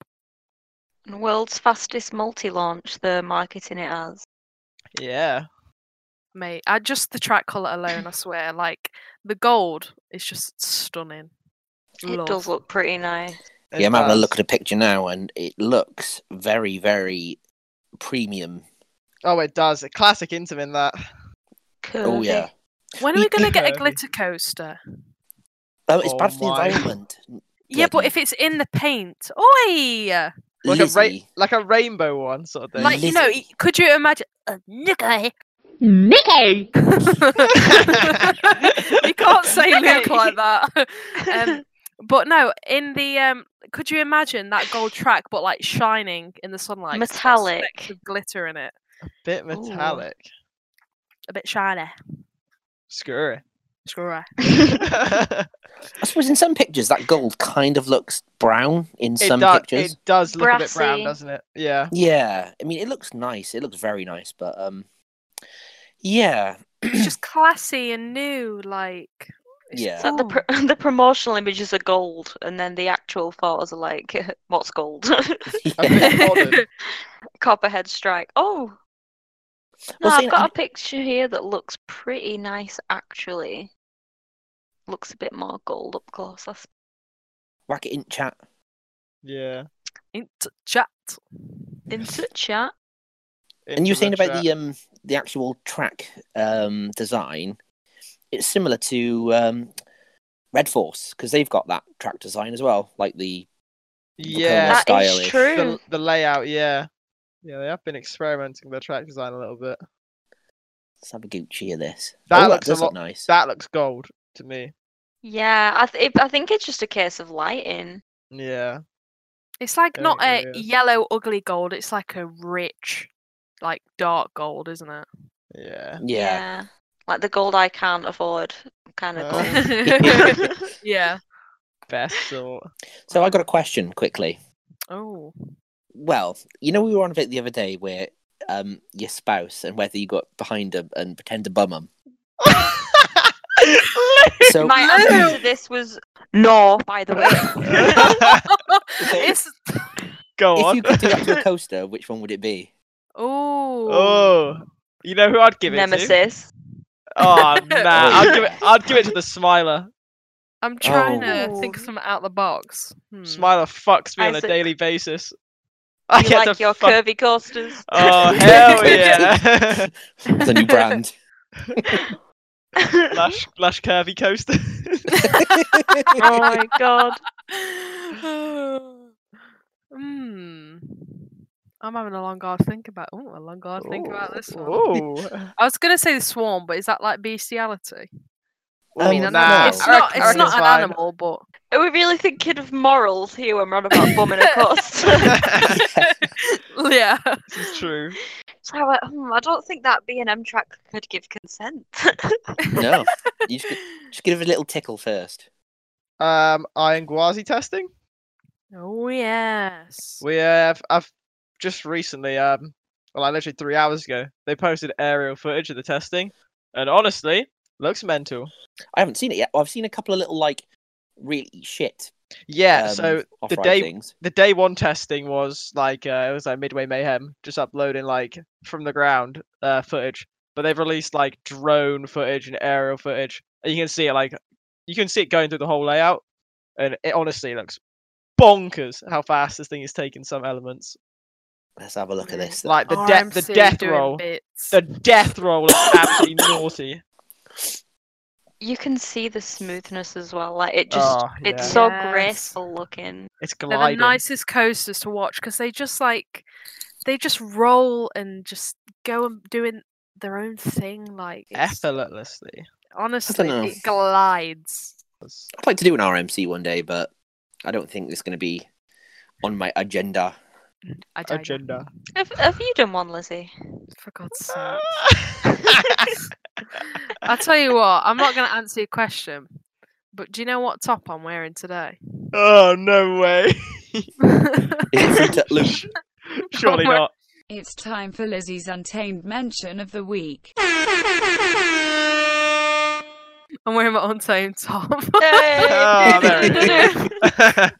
Speaker 4: And world's fastest multi launch, they're marketing it as.
Speaker 3: Yeah.
Speaker 2: Mate, I just the track color alone, I swear, like the gold is just stunning.
Speaker 4: It
Speaker 2: Love.
Speaker 4: does look pretty nice.
Speaker 1: yeah, I'm having a
Speaker 3: does.
Speaker 1: look at a picture now, and it looks very, very premium.
Speaker 3: Oh, it does. A classic Intamin that.
Speaker 1: Oh
Speaker 4: Curvy.
Speaker 1: yeah.
Speaker 2: When are we gonna get a
Speaker 3: Curvy.
Speaker 2: glitter coaster?
Speaker 1: Oh, it's
Speaker 3: Oh
Speaker 1: bad for the
Speaker 3: my.
Speaker 1: environment.
Speaker 2: Yeah, but
Speaker 1: Bloody
Speaker 2: if it's in the paint, oi!
Speaker 3: Like a, ra-
Speaker 1: Lizzie.
Speaker 3: like a rainbow one sort of thing.
Speaker 2: Like you know,
Speaker 1: Lizzie.
Speaker 2: y- could you imagine? A Nicky.
Speaker 5: Mickey!
Speaker 2: you can't say Luke like that. Um, but no, in the um, could you imagine that gold track, but like shining in the sunlight, 'cause it's got
Speaker 4: Metallic.
Speaker 2: specks of glitter in it,
Speaker 3: Bit metallic.
Speaker 2: a bit shiny.
Speaker 3: Screw it.
Speaker 2: Screw it.
Speaker 1: I suppose in some pictures that gold kind of looks brown in some
Speaker 3: it, does,
Speaker 1: pictures.
Speaker 3: it does look a bit brown,
Speaker 4: Brassy.
Speaker 3: doesn't it? Yeah.
Speaker 1: Yeah, I mean it looks nice. It looks very nice, but um, yeah,
Speaker 2: It's just classy and new, like it's
Speaker 1: Yeah.
Speaker 4: It's like the, pr- the promotional images are gold, and then the actual photos are like, what's gold?
Speaker 3: A bit modern.
Speaker 4: Copperhead Strike. Oh, no,
Speaker 1: Well, see,
Speaker 4: I've got
Speaker 1: I'm-
Speaker 4: a picture here that looks pretty nice, actually. Looks a bit more gold up close. I s-
Speaker 1: whack it in chat.
Speaker 3: Yeah.
Speaker 2: Int chat.
Speaker 4: Into chat.
Speaker 1: And you were saying about the um the actual track um design. It's similar to um Red Force because they've got that track design as well, like the
Speaker 3: yeah
Speaker 1: That's
Speaker 4: That is
Speaker 1: stylish.
Speaker 4: true.
Speaker 3: the, the layout, yeah. Yeah, they have been experimenting with their track design a little bit.
Speaker 1: let's have a Gucci of this.
Speaker 3: That
Speaker 1: oh,
Speaker 3: looks a
Speaker 1: that does look
Speaker 3: lot-
Speaker 1: nice.
Speaker 3: That looks gold to me.
Speaker 4: Yeah, I, th- it, I think it's just a case of lighting.
Speaker 3: Yeah.
Speaker 2: It's like
Speaker 3: Yeah,
Speaker 2: not
Speaker 3: yeah,
Speaker 2: a
Speaker 3: yeah.
Speaker 2: yellow, ugly gold. It's like a rich, like dark gold, isn't it?
Speaker 3: Yeah.
Speaker 1: Yeah,
Speaker 4: Like the gold I can't afford kind of
Speaker 3: Uh.
Speaker 4: gold.
Speaker 2: yeah.
Speaker 3: Best sort.
Speaker 1: So I got a question quickly.
Speaker 2: Oh.
Speaker 1: Well, you know we were on about the other day where um your spouse and whether you got behind them and pretend to bum them. So
Speaker 4: My answer to this was no, by the way.
Speaker 2: it's
Speaker 3: Go
Speaker 1: if you
Speaker 3: on.
Speaker 1: could do that to a coaster, which one would it be?
Speaker 2: oh.
Speaker 3: oh. You know who I'd give it to?
Speaker 4: Nemesis.
Speaker 3: Oh nah. I'd
Speaker 1: Oh.
Speaker 3: give it I'd give it to the smiler.
Speaker 2: I'm trying to
Speaker 4: Oh.
Speaker 2: think of something out of the box. Hmm.
Speaker 3: Smiler fucks me on a
Speaker 4: Isaac.
Speaker 3: daily basis. I
Speaker 4: You
Speaker 3: get
Speaker 4: like
Speaker 3: to
Speaker 4: your
Speaker 3: Oh, fuck-
Speaker 4: curvy coasters?
Speaker 3: Oh hell yeah.
Speaker 1: It's a new brand.
Speaker 3: lush lush curvy coaster.
Speaker 4: oh my god.
Speaker 2: Hmm. I'm having a long hard think about. Oh, a long hard think about this one.
Speaker 3: Ooh.
Speaker 2: I was gonna say the swarm, but is that like bestiality? I
Speaker 1: Oh,
Speaker 2: mean, I
Speaker 3: nah.
Speaker 2: know
Speaker 1: no.
Speaker 2: it's
Speaker 3: I reckon-
Speaker 2: not.
Speaker 3: I
Speaker 2: It's
Speaker 3: reckon
Speaker 2: not
Speaker 3: it's
Speaker 2: an
Speaker 3: fine.
Speaker 2: animal, but
Speaker 4: Are we really thinking of morals here when we're on about bumming a coaster?
Speaker 3: this
Speaker 2: yeah.
Speaker 3: is true.
Speaker 4: so I, went, hmm, I don't think that B and M track could give consent.
Speaker 1: no. You just, just give it a little tickle first.
Speaker 3: Um, iron guazi testing.
Speaker 2: Oh yes.
Speaker 3: We have I've just recently, um, well, like literally three hours ago, they posted aerial footage of the testing, and honestly, looks mental.
Speaker 1: I haven't seen it yet. I've seen a couple of little like really shit.
Speaker 3: Yeah. so
Speaker 1: off
Speaker 3: day-
Speaker 1: things.
Speaker 3: the day one testing was like uh, it was like Midway Mayhem, just uploading like from the ground uh, footage. But they've released like drone footage and aerial footage, and you can see it like you can see it going through the whole layout, and it honestly looks bonkers how fast this thing is taking some elements.
Speaker 1: Let's have a look at this.
Speaker 3: Like
Speaker 2: Oh,
Speaker 3: the death, the
Speaker 2: RMC
Speaker 3: death
Speaker 2: doing
Speaker 3: roll,
Speaker 2: bits.
Speaker 3: the death roll is absolutely naughty.
Speaker 4: You can see the smoothness as well. Like it just,
Speaker 3: Oh,
Speaker 4: it's
Speaker 3: yeah.
Speaker 4: so
Speaker 2: Yes.
Speaker 4: graceful looking.
Speaker 3: It's
Speaker 2: They're the
Speaker 3: gliding.
Speaker 2: nicest coasters to watch because they just like they just roll and just go and doing their own thing. Like it's-
Speaker 3: effortlessly.
Speaker 2: honestly,
Speaker 1: know.
Speaker 2: it glides.
Speaker 1: I'd like to do an RMC one day, but I don't think it's going to be on my agenda.
Speaker 3: Oh,
Speaker 2: I don't know.
Speaker 3: Agenda.
Speaker 4: Have, have you done one, Lizzie?
Speaker 2: For God's sake! I'll tell you what. I'm not going to answer your question, but do you know what top I'm wearing today?
Speaker 3: oh no way!
Speaker 1: Is it free to loop?
Speaker 3: Surely
Speaker 2: my-
Speaker 3: not.
Speaker 5: It's time for Lizzie's Untamed Mention of the Week.
Speaker 2: I'm wearing my untamed top.
Speaker 3: Oh, there
Speaker 4: Yay!
Speaker 3: it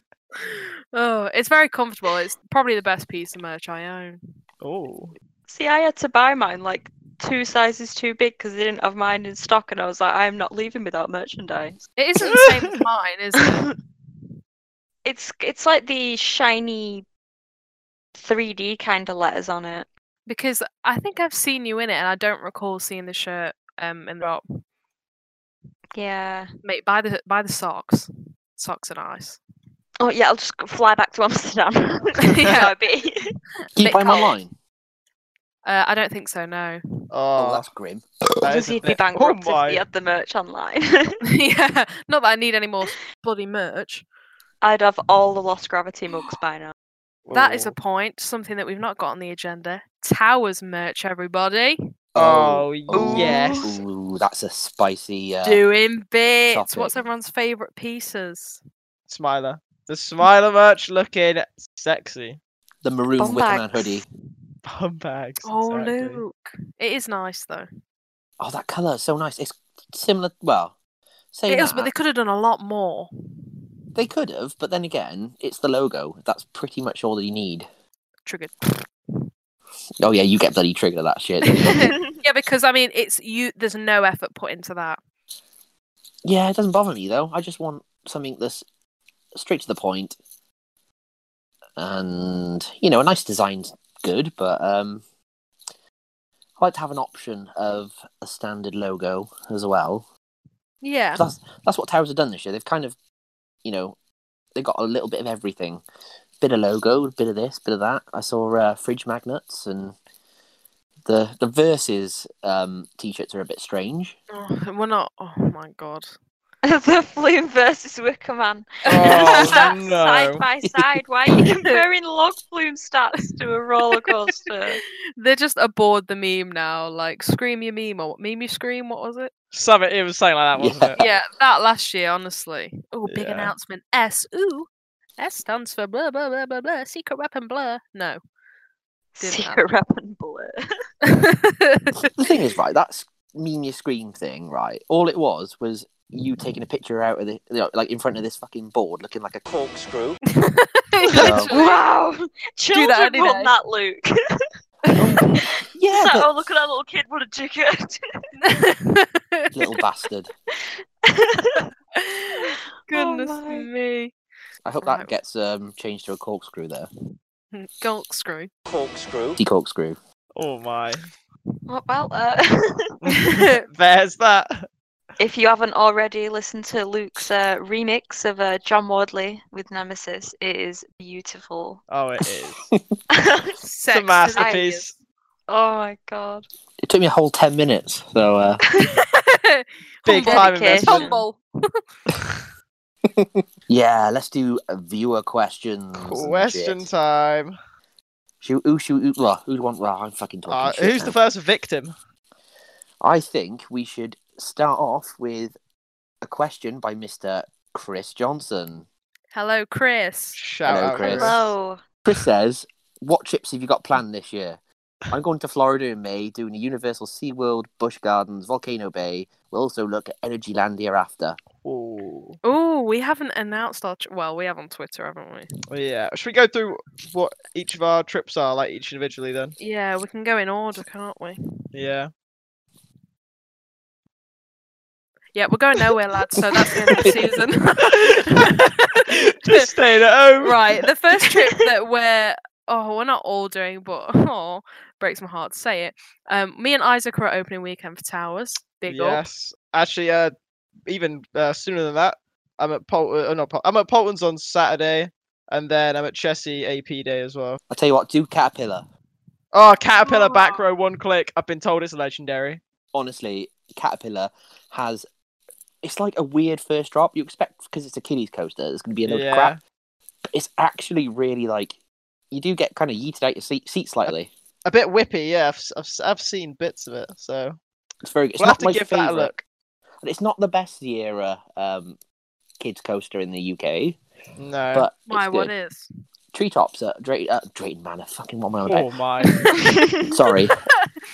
Speaker 2: oh, it's very comfortable. It's probably the best piece of merch I own.
Speaker 3: oh,
Speaker 4: See, I had to buy mine like two sizes too big because they didn't have mine in stock, and I was like, I'm not leaving without merchandise.
Speaker 2: It isn't the same as mine, is it?
Speaker 4: it's it's like the shiny 3D kind of letters on it.
Speaker 2: Because I think I've seen you in it, and I don't recall seeing the shirt um in the shop.
Speaker 4: Yeah.
Speaker 2: Mate, buy the buy the socks. Socks are nice.
Speaker 4: Oh yeah, I'll just go- fly back to Amsterdam.
Speaker 2: Yeah.
Speaker 4: yeah, be.
Speaker 1: Can you
Speaker 2: Bit
Speaker 1: buy them
Speaker 2: cold.
Speaker 1: online?
Speaker 2: Uh, I don't think so. No.
Speaker 1: Oh,
Speaker 3: oh,
Speaker 1: that's grim.
Speaker 3: that is a
Speaker 4: He'd be
Speaker 3: bit-
Speaker 4: bankrupt
Speaker 3: oh
Speaker 4: if
Speaker 3: my.
Speaker 4: he had the merch online.
Speaker 2: yeah, not that I need any more bloody merch.
Speaker 4: I'd have all the Lost Gravity mugs by now.
Speaker 2: That is a
Speaker 3: Oh.
Speaker 2: point. Something that we've not got on the agenda. Towers merch, everybody.
Speaker 3: Oh,
Speaker 1: oh,
Speaker 3: yes.
Speaker 1: Ooh, that's a spicy. Uh,
Speaker 2: Doing bits. What's
Speaker 1: Topic.
Speaker 2: everyone's favourite pieces?
Speaker 3: Smiler. The Smiler merch looking sexy.
Speaker 1: the maroon
Speaker 4: Bum
Speaker 1: Wickerman
Speaker 4: bags.
Speaker 1: hoodie.
Speaker 3: Bum bags.
Speaker 2: Oh,
Speaker 3: exactly.
Speaker 2: Luke. It is nice though.
Speaker 1: Oh, that colour is so nice. It's similar. Well, same.
Speaker 2: It is, but they could have done a lot more.
Speaker 1: They could have, but then again, it's the logo. That's pretty much all that you need.
Speaker 2: Triggered.
Speaker 1: Oh yeah, you get bloody triggered at that shit.
Speaker 2: yeah, because I mean, it's you. There's no effort put into that.
Speaker 1: yeah, it doesn't bother me though. I just want something that's straight to the point, and you know, a nice design's good, but um, I like to have an option of a standard logo as well.
Speaker 2: Yeah.
Speaker 1: That's that's what Towers have done this year. They've kind of, you know, they got a little bit of everything, bit of logo, bit of this, bit of that. I saw uh, fridge magnets and the the verses um, t-shirts are a bit strange.
Speaker 2: Oh, we're not. Oh my god.
Speaker 4: the Flume versus Wicker Man.
Speaker 3: Oh,
Speaker 4: Sat
Speaker 3: no.
Speaker 4: Side by side. Why are you comparing log flume stats to a roller coaster?
Speaker 2: They're just aboard the meme now. Like, scream your meme or meme you scream. What was it?
Speaker 3: Something. It was something like that, wasn't
Speaker 1: Yeah.
Speaker 3: it?
Speaker 2: Yeah, that last year, honestly. Oh, big
Speaker 3: Uh, Yeah.
Speaker 2: announcement. S. Ooh. S stands for blah blah blah blah blah. Secret weapon blur. No. Didn't
Speaker 4: Secret rap and blur.
Speaker 1: The thing is, right, that's meme your screen thing, right? All it was was you taking a picture out of the you know, like in front of this fucking board, looking like a corkscrew.
Speaker 2: Literally.
Speaker 4: Wow! Children
Speaker 2: that any day.
Speaker 4: run that, Luke.
Speaker 1: Yeah,
Speaker 4: It's like,
Speaker 1: but-
Speaker 4: oh, look at that little kid, what a dickhead.
Speaker 1: little bastard.
Speaker 2: Goodness
Speaker 4: my.
Speaker 2: me.
Speaker 1: I hope
Speaker 2: Right.
Speaker 1: that gets um, changed to a corkscrew there.
Speaker 2: Gulk Hm, screw.
Speaker 1: Corkscrew. De corkscrew.
Speaker 3: Oh my.
Speaker 4: what about that?
Speaker 3: There's that.
Speaker 4: if you haven't already listened to Luke's uh, remix of uh, John Wardley with Nemesis, it is beautiful.
Speaker 3: Oh, it is.
Speaker 4: oh
Speaker 3: It's
Speaker 2: Sex
Speaker 3: a
Speaker 2: and
Speaker 3: masterpiece.
Speaker 4: my god.
Speaker 1: It took me a whole ten minutes, so uh,
Speaker 2: ideas.
Speaker 3: Big
Speaker 2: Humble.
Speaker 3: time
Speaker 4: Dedication.
Speaker 3: investment.
Speaker 2: Humble.
Speaker 1: Yeah, let's do uh, viewer questions. and
Speaker 3: Question
Speaker 1: shit.
Speaker 3: time.
Speaker 1: Shoot, ooh, shoot, ooh, blah, who'd want? Well, I'm fucking talking.
Speaker 3: Uh,
Speaker 1: shit
Speaker 3: who's
Speaker 1: now.
Speaker 3: the first victim?
Speaker 1: I think we should start off with a question by Mr. Chris Johnson.
Speaker 2: Hello, Chris.
Speaker 3: Shout
Speaker 1: Hello,
Speaker 3: out,
Speaker 1: Chris.
Speaker 3: Chris.
Speaker 4: Hello.
Speaker 1: Chris says, what trips have you got planned this year? I'm going to Florida in May, doing the Universal SeaWorld, Busch Gardens, Volcano Bay. We'll also look at Energyland hereafter.
Speaker 3: Ooh.
Speaker 2: Oh, we haven't announced our. Tr- well, we have on Twitter, haven't we?
Speaker 3: Well, yeah. Should we go through what each of our trips are, like each individually then?
Speaker 2: Yeah, we can go in order, can't we?
Speaker 3: Yeah.
Speaker 2: Yeah, we're going nowhere, lads. So that's the end of the season.
Speaker 3: Just staying at home.
Speaker 2: right, the first trip that we're oh we're not all doing, but oh breaks my heart to say it. Um, me and Isaac are at opening weekend for Towers. Big up.
Speaker 3: Yes. Actually, uh, even uh, sooner than that, I'm at Pol- uh, no, Pol- I'm at Polton's on Saturday, and then I'm at Chessy AP day as well.
Speaker 1: I'll tell you what, do Caterpillar.
Speaker 3: Oh, Caterpillar back
Speaker 2: Oh.
Speaker 3: row one click. I've been told it's legendary.
Speaker 1: Honestly, Caterpillar has. It's like a weird first drop. You expect because it's a kiddies coaster, there's going to be a load
Speaker 3: yeah.
Speaker 1: of crap. But it's actually really like you do get kind of yeeted out your seat, seat slightly.
Speaker 3: A bit whippy, yeah. I've, s- I've, s- I've seen bits of it, so
Speaker 1: It's very good. It's
Speaker 3: we'll have
Speaker 1: not
Speaker 3: to
Speaker 1: my
Speaker 3: give
Speaker 1: favorite.
Speaker 3: that a look.
Speaker 1: It's not the best Sierra um, kids coaster in the UK,
Speaker 3: No.
Speaker 1: but
Speaker 2: My
Speaker 1: it's
Speaker 2: one
Speaker 1: good.
Speaker 2: is.
Speaker 1: Treetops at Drayton, uh, Drayton Manor. Fucking what am I on about?
Speaker 3: oh my.
Speaker 1: Sorry,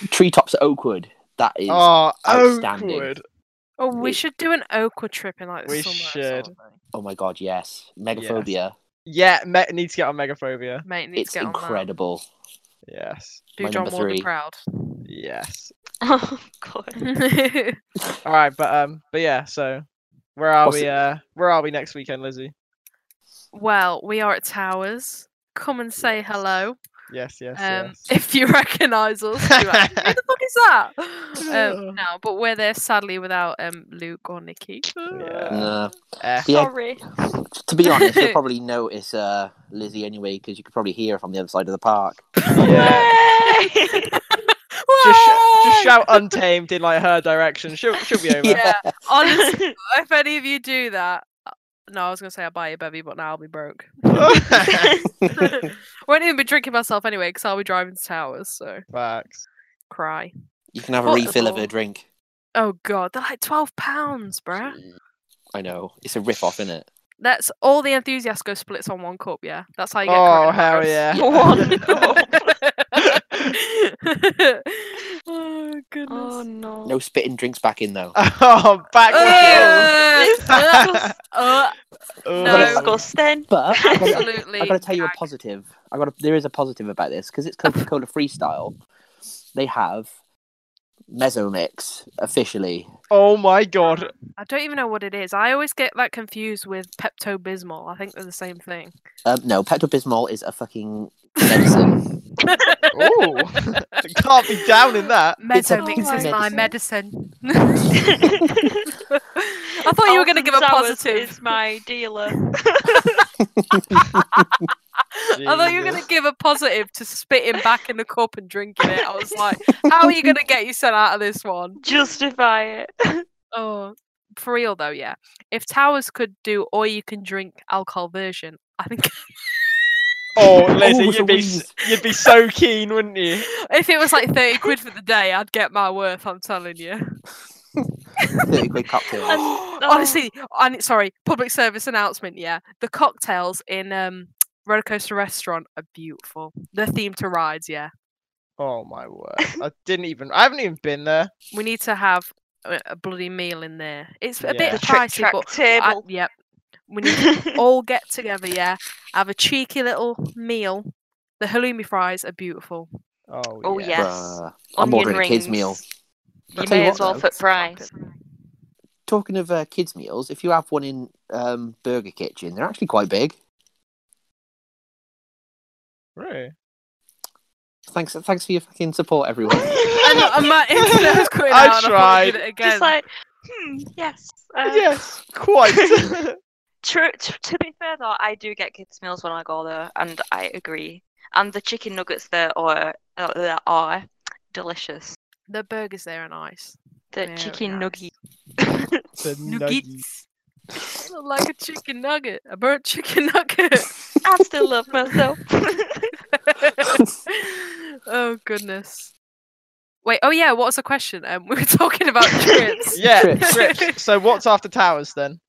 Speaker 1: Treetops at Oakwood. That is
Speaker 3: oh,
Speaker 1: outstanding.
Speaker 3: Oakwood.
Speaker 2: Oh, we
Speaker 1: We-
Speaker 2: should do an Oakwood trip in like the
Speaker 3: We
Speaker 2: summer. or
Speaker 3: should.
Speaker 2: something.
Speaker 1: Oh my god, yes. Megaphobia.
Speaker 3: Yeah, me- need to get on Megaphobia.
Speaker 2: Mate, need
Speaker 1: It's
Speaker 2: to get on
Speaker 1: incredible.
Speaker 3: Yes.
Speaker 2: that. Do
Speaker 1: My
Speaker 2: John
Speaker 1: number
Speaker 2: Warden
Speaker 1: three.
Speaker 2: proud.
Speaker 3: Yes.
Speaker 4: oh god.
Speaker 3: All right, but um, but yeah. So, where are
Speaker 1: What's
Speaker 3: we?
Speaker 1: it-
Speaker 3: Uh, where are we next weekend, Lizzie?
Speaker 2: well, we are at Towers. Come and say hello.
Speaker 3: Yes, yes,
Speaker 2: Um,
Speaker 3: yes.
Speaker 2: if you recognise us, you're like, who the fuck is that? Um, no, but we're there sadly without um, Luke or Nikki.
Speaker 3: Yeah.
Speaker 1: Nah.
Speaker 3: Eh,
Speaker 1: Yeah.
Speaker 4: Sorry.
Speaker 1: to be honest, you'll probably notice uh, Lizzie anyway, because you could probably hear her from the other side of the park.
Speaker 3: yeah.
Speaker 4: Yay!
Speaker 3: Just, sh- just shout untamed in like her direction. She'll, she'll be over.
Speaker 2: Yeah, honestly, if any of you do that, uh, no, I was gonna say I'll buy you a bevy, but now I'll be broke. Won't even be drinking myself anyway, because I'll be driving to Towers. So
Speaker 3: Facts.
Speaker 2: cry.
Speaker 1: You can have a
Speaker 2: What the
Speaker 1: refill of her
Speaker 2: fuck?
Speaker 1: drink.
Speaker 2: Oh god, they're like twelve pounds, bruh.
Speaker 1: I know. It's a rip off, isn't it?
Speaker 2: That's all the Enthusiasco splits on one cup. Yeah, that's how you get.
Speaker 3: Oh hell
Speaker 2: coronavirus.
Speaker 3: yeah.
Speaker 4: One cup.
Speaker 2: oh goodness.
Speaker 4: Oh no.
Speaker 1: No spitting drinks back in, though.
Speaker 3: Oh, back
Speaker 2: Uh, uh,
Speaker 3: with
Speaker 2: No.
Speaker 4: Disgusting.
Speaker 1: But I've got to-
Speaker 2: absolutely.
Speaker 1: I've got to tell you a
Speaker 2: gag.
Speaker 1: positive. I got to, there is a positive about this because it's Coca Cola Freestyle. They have Mezomix officially.
Speaker 3: Oh my god.
Speaker 2: I don't even know what it is. I always get that confused with Pepto Bismol. I think they're the same thing.
Speaker 1: Um, no, Pepto Bismol is a fucking medicine.
Speaker 3: Ooh. Oh. Can't be down in that.
Speaker 1: It's a
Speaker 2: Metomix
Speaker 1: piece of
Speaker 2: is my medicine. I thought you were going to
Speaker 4: Alton
Speaker 2: give a
Speaker 4: Towers
Speaker 2: positive.
Speaker 4: Is my dealer.
Speaker 2: I thought you were going to give a positive to spitting back in the cup and drinking it. I was like, how are you going to get yourself out of this one?
Speaker 4: Justify it.
Speaker 2: Oh, for real though, yeah. If Towers could do or you can drink alcohol version, I think
Speaker 3: Oh, Lizzie,
Speaker 1: Oh, it's a
Speaker 3: you'd be s- you'd be so keen, wouldn't you?
Speaker 2: if it was like 30 quid for the day, I'd get my worth, I'm telling you.
Speaker 1: Thirty quid cocktail.
Speaker 2: Um, Honestly, and sorry, public service announcement. Yeah, the cocktails in um roller coaster restaurant are beautiful. They're themed to rides. Yeah,
Speaker 3: Oh my word. I didn't even. I haven't even been there.
Speaker 2: we need to have a, a bloody meal in there. It's a
Speaker 3: Yeah.
Speaker 2: bit
Speaker 4: The trick
Speaker 2: pricey,
Speaker 4: track
Speaker 2: but I-
Speaker 4: table.
Speaker 2: yep, we need to
Speaker 4: uh,
Speaker 2: all get together. Yeah, have a cheeky little meal. The halloumi fries are beautiful.
Speaker 3: Oh,
Speaker 4: Oh
Speaker 3: yeah.
Speaker 4: yes.
Speaker 1: Bruh. I'm
Speaker 4: Onion
Speaker 1: ordering a kid's
Speaker 4: rings.
Speaker 1: meal.
Speaker 4: You
Speaker 1: Tell you
Speaker 4: may
Speaker 1: what,
Speaker 4: as well
Speaker 1: though.
Speaker 4: put price.
Speaker 1: Talking of uh, kids' meals, if you have one in um, Burger Kitchen, they're actually quite big.
Speaker 3: Really?
Speaker 1: Thanks, thanks for your fucking support, everyone.
Speaker 2: And, and my internet was cutting
Speaker 3: I
Speaker 2: out. and thought I'd do
Speaker 3: tried.
Speaker 2: it again.
Speaker 4: Just like, hmm, yes. Uh,
Speaker 3: yes, quite.
Speaker 4: True. T- to be fair, though, I do get kids' meals when I go there, and I agree. And the chicken nuggets there are uh, there are delicious.
Speaker 2: the burgers there are nice.
Speaker 4: The
Speaker 2: Very
Speaker 4: chicken
Speaker 2: nice.
Speaker 4: nugget.
Speaker 3: The nuggy.
Speaker 2: Nuggets. They look like a chicken nugget, a burnt chicken nugget.
Speaker 4: I still love myself.
Speaker 2: oh goodness. Wait. Oh yeah. What was the question? Um, we were talking about trips.
Speaker 3: Yeah,
Speaker 1: Trips.
Speaker 3: trips. So what's after towers then?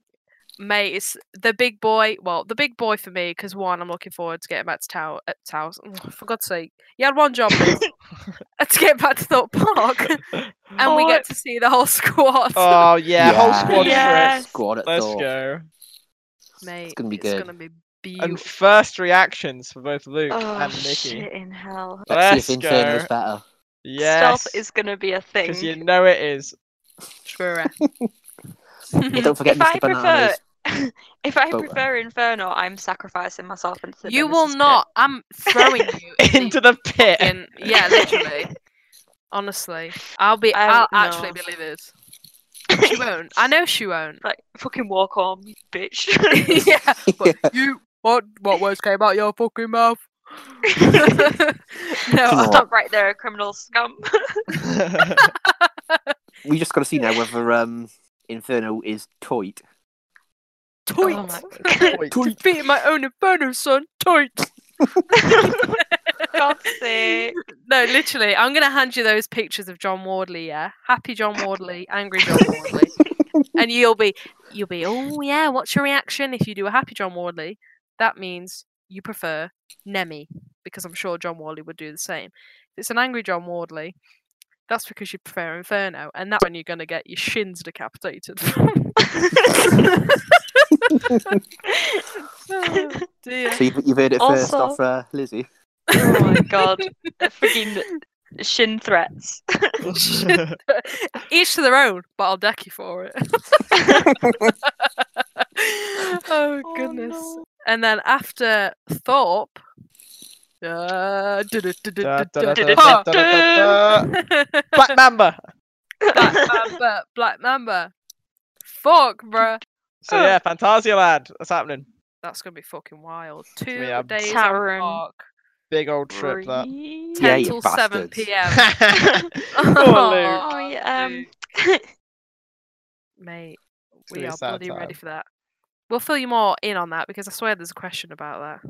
Speaker 2: May is the big boy. Well, the big boy for me because one, I'm looking forward to getting back to Tower at Towers. for God's sake, you had one job Liz, to get back to Thorpe Park, and we get to see the whole squad.
Speaker 3: Oh yeah, whole squad
Speaker 4: Yes.
Speaker 3: trip.
Speaker 1: Squad at
Speaker 3: Let's
Speaker 1: Thorpe.
Speaker 3: go.
Speaker 2: Mate,
Speaker 1: gonna be
Speaker 2: it's
Speaker 1: good.
Speaker 2: gonna be
Speaker 3: And
Speaker 2: beautiful.
Speaker 3: first reactions for both Luke
Speaker 4: Oh,
Speaker 3: and Nikki.
Speaker 4: shit in hell.
Speaker 1: Let's see if
Speaker 3: Let's
Speaker 1: Inferno's
Speaker 3: go.
Speaker 1: better.
Speaker 3: Yes,
Speaker 4: Stealth is gonna be a
Speaker 3: because you
Speaker 4: thing.
Speaker 3: know it is.
Speaker 1: Yeah, don't forget
Speaker 4: If
Speaker 1: Mr.
Speaker 4: I prefer-
Speaker 1: Bananas.
Speaker 4: if I
Speaker 1: But-
Speaker 4: prefer Inferno, I'm sacrificing myself into the
Speaker 2: you
Speaker 4: Nemesis
Speaker 2: will
Speaker 4: pit.
Speaker 2: not. I'm throwing you in
Speaker 3: Into the pit.
Speaker 2: fucking- yeah, literally. Honestly, I'll be.
Speaker 4: I
Speaker 2: I'll
Speaker 4: don't
Speaker 2: actually
Speaker 4: know.
Speaker 2: believe it. She won't. I know she won't.
Speaker 4: Like fucking walk home, you bitch.
Speaker 2: yeah, but you what? What words came out your fucking mouth? no,
Speaker 1: on.
Speaker 4: Stop right there, criminal scum.
Speaker 1: We just got to see now whether um, Inferno is toit.
Speaker 2: toit.
Speaker 4: my
Speaker 1: Toit.
Speaker 2: Defeating my own inferno, son. Toit.
Speaker 4: God's sake.
Speaker 2: No, literally, I'm gonna hand you those pictures of John Wardley. Yeah, happy John Wardley, angry John Wardley, and you'll be, you'll be, oh yeah. What's your reaction if you do a happy John Wardley? That means you prefer Nemi because I'm sure John Wardley would do the same. If it's an angry John Wardley. That's because you prefer Inferno, and that's when you're gonna get your shins decapitated. oh, dear.
Speaker 1: So you've, you've heard it first
Speaker 4: Also-
Speaker 1: off uh, Lizzie.
Speaker 4: Oh my god. Freaking shin threats.
Speaker 2: Each to their own, but I'll deck you for it. oh goodness! And then after Thorpe, uh,
Speaker 3: Da, da, da, da,
Speaker 4: Did it-
Speaker 3: da, da, da, da. Black Mamba.
Speaker 2: Black Mamba, Black Mamba. Fuck, bruh.
Speaker 3: So yeah, Fantasia lad, that's happening.
Speaker 2: That's gonna be fucking wild. Two
Speaker 3: Yeah.
Speaker 2: days
Speaker 4: Taran.
Speaker 2: on park,
Speaker 3: Big old trip that.
Speaker 1: Yeah,
Speaker 2: ten
Speaker 1: you
Speaker 2: till seven
Speaker 1: bastards.
Speaker 2: p.m.
Speaker 3: Poor Luke.
Speaker 4: Oh, yeah, um,
Speaker 2: dude. mate,
Speaker 3: It's
Speaker 2: we
Speaker 3: gonna be a
Speaker 2: are
Speaker 3: sad
Speaker 2: bloody ready
Speaker 3: time.
Speaker 2: for that. We'll fill you more in on that because I swear there's a question about that.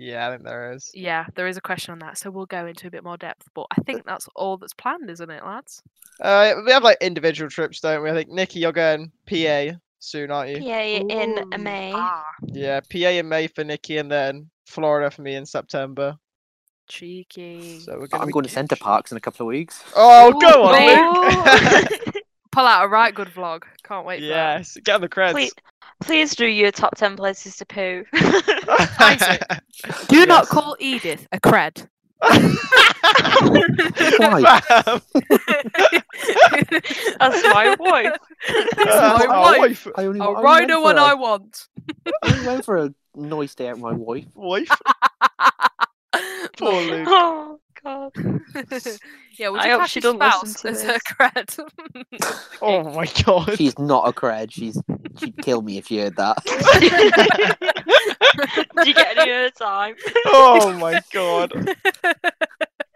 Speaker 3: Yeah, I think there is.
Speaker 2: Yeah, there is a question on that, so we'll go into a bit more depth. But I think that's all that's planned, isn't it, lads?
Speaker 3: Uh, we have like individual trips, don't we? I think Nikki, you're going PA soon, aren't you?
Speaker 4: PA in
Speaker 2: Ooh,
Speaker 4: May.
Speaker 2: Ah,
Speaker 3: Yeah, PA in May for Nikki, and then Florida for me in September.
Speaker 2: cheeky.
Speaker 3: So we're gonna
Speaker 1: I'm
Speaker 3: be
Speaker 1: going to Centre
Speaker 3: good.
Speaker 1: Parks in a couple of weeks.
Speaker 3: Oh, go
Speaker 2: Ooh,
Speaker 3: on,
Speaker 2: babe.
Speaker 3: Luke.
Speaker 2: Pull out a right good vlog. Can't wait. For
Speaker 3: yes, get on the creds.
Speaker 4: please, please do your top 10 places to poo.
Speaker 2: Isaac. that. Do not
Speaker 3: Yes.
Speaker 2: call Edith a cred.
Speaker 1: Why?
Speaker 3: Ma'am.
Speaker 4: That's my wife.
Speaker 3: That's
Speaker 2: my
Speaker 3: our
Speaker 2: wife.
Speaker 1: I only,
Speaker 2: I'll
Speaker 1: I
Speaker 2: ride
Speaker 1: only
Speaker 2: her
Speaker 1: went for
Speaker 2: when I
Speaker 1: a-
Speaker 2: want.
Speaker 1: I only went for a nice day out with my wife.
Speaker 3: Wife. Poor
Speaker 2: Love
Speaker 3: Luke.
Speaker 4: Oh, God.
Speaker 2: it. yeah, would
Speaker 4: I
Speaker 2: you
Speaker 4: hope
Speaker 2: class
Speaker 4: she
Speaker 2: your
Speaker 4: don't listen
Speaker 2: spouse
Speaker 4: to
Speaker 2: as
Speaker 4: this.
Speaker 2: a cred?
Speaker 3: Oh my god.
Speaker 1: She's not a cred. She's she'd kill me if she heard that.
Speaker 4: Did you get any other time?
Speaker 3: oh my god.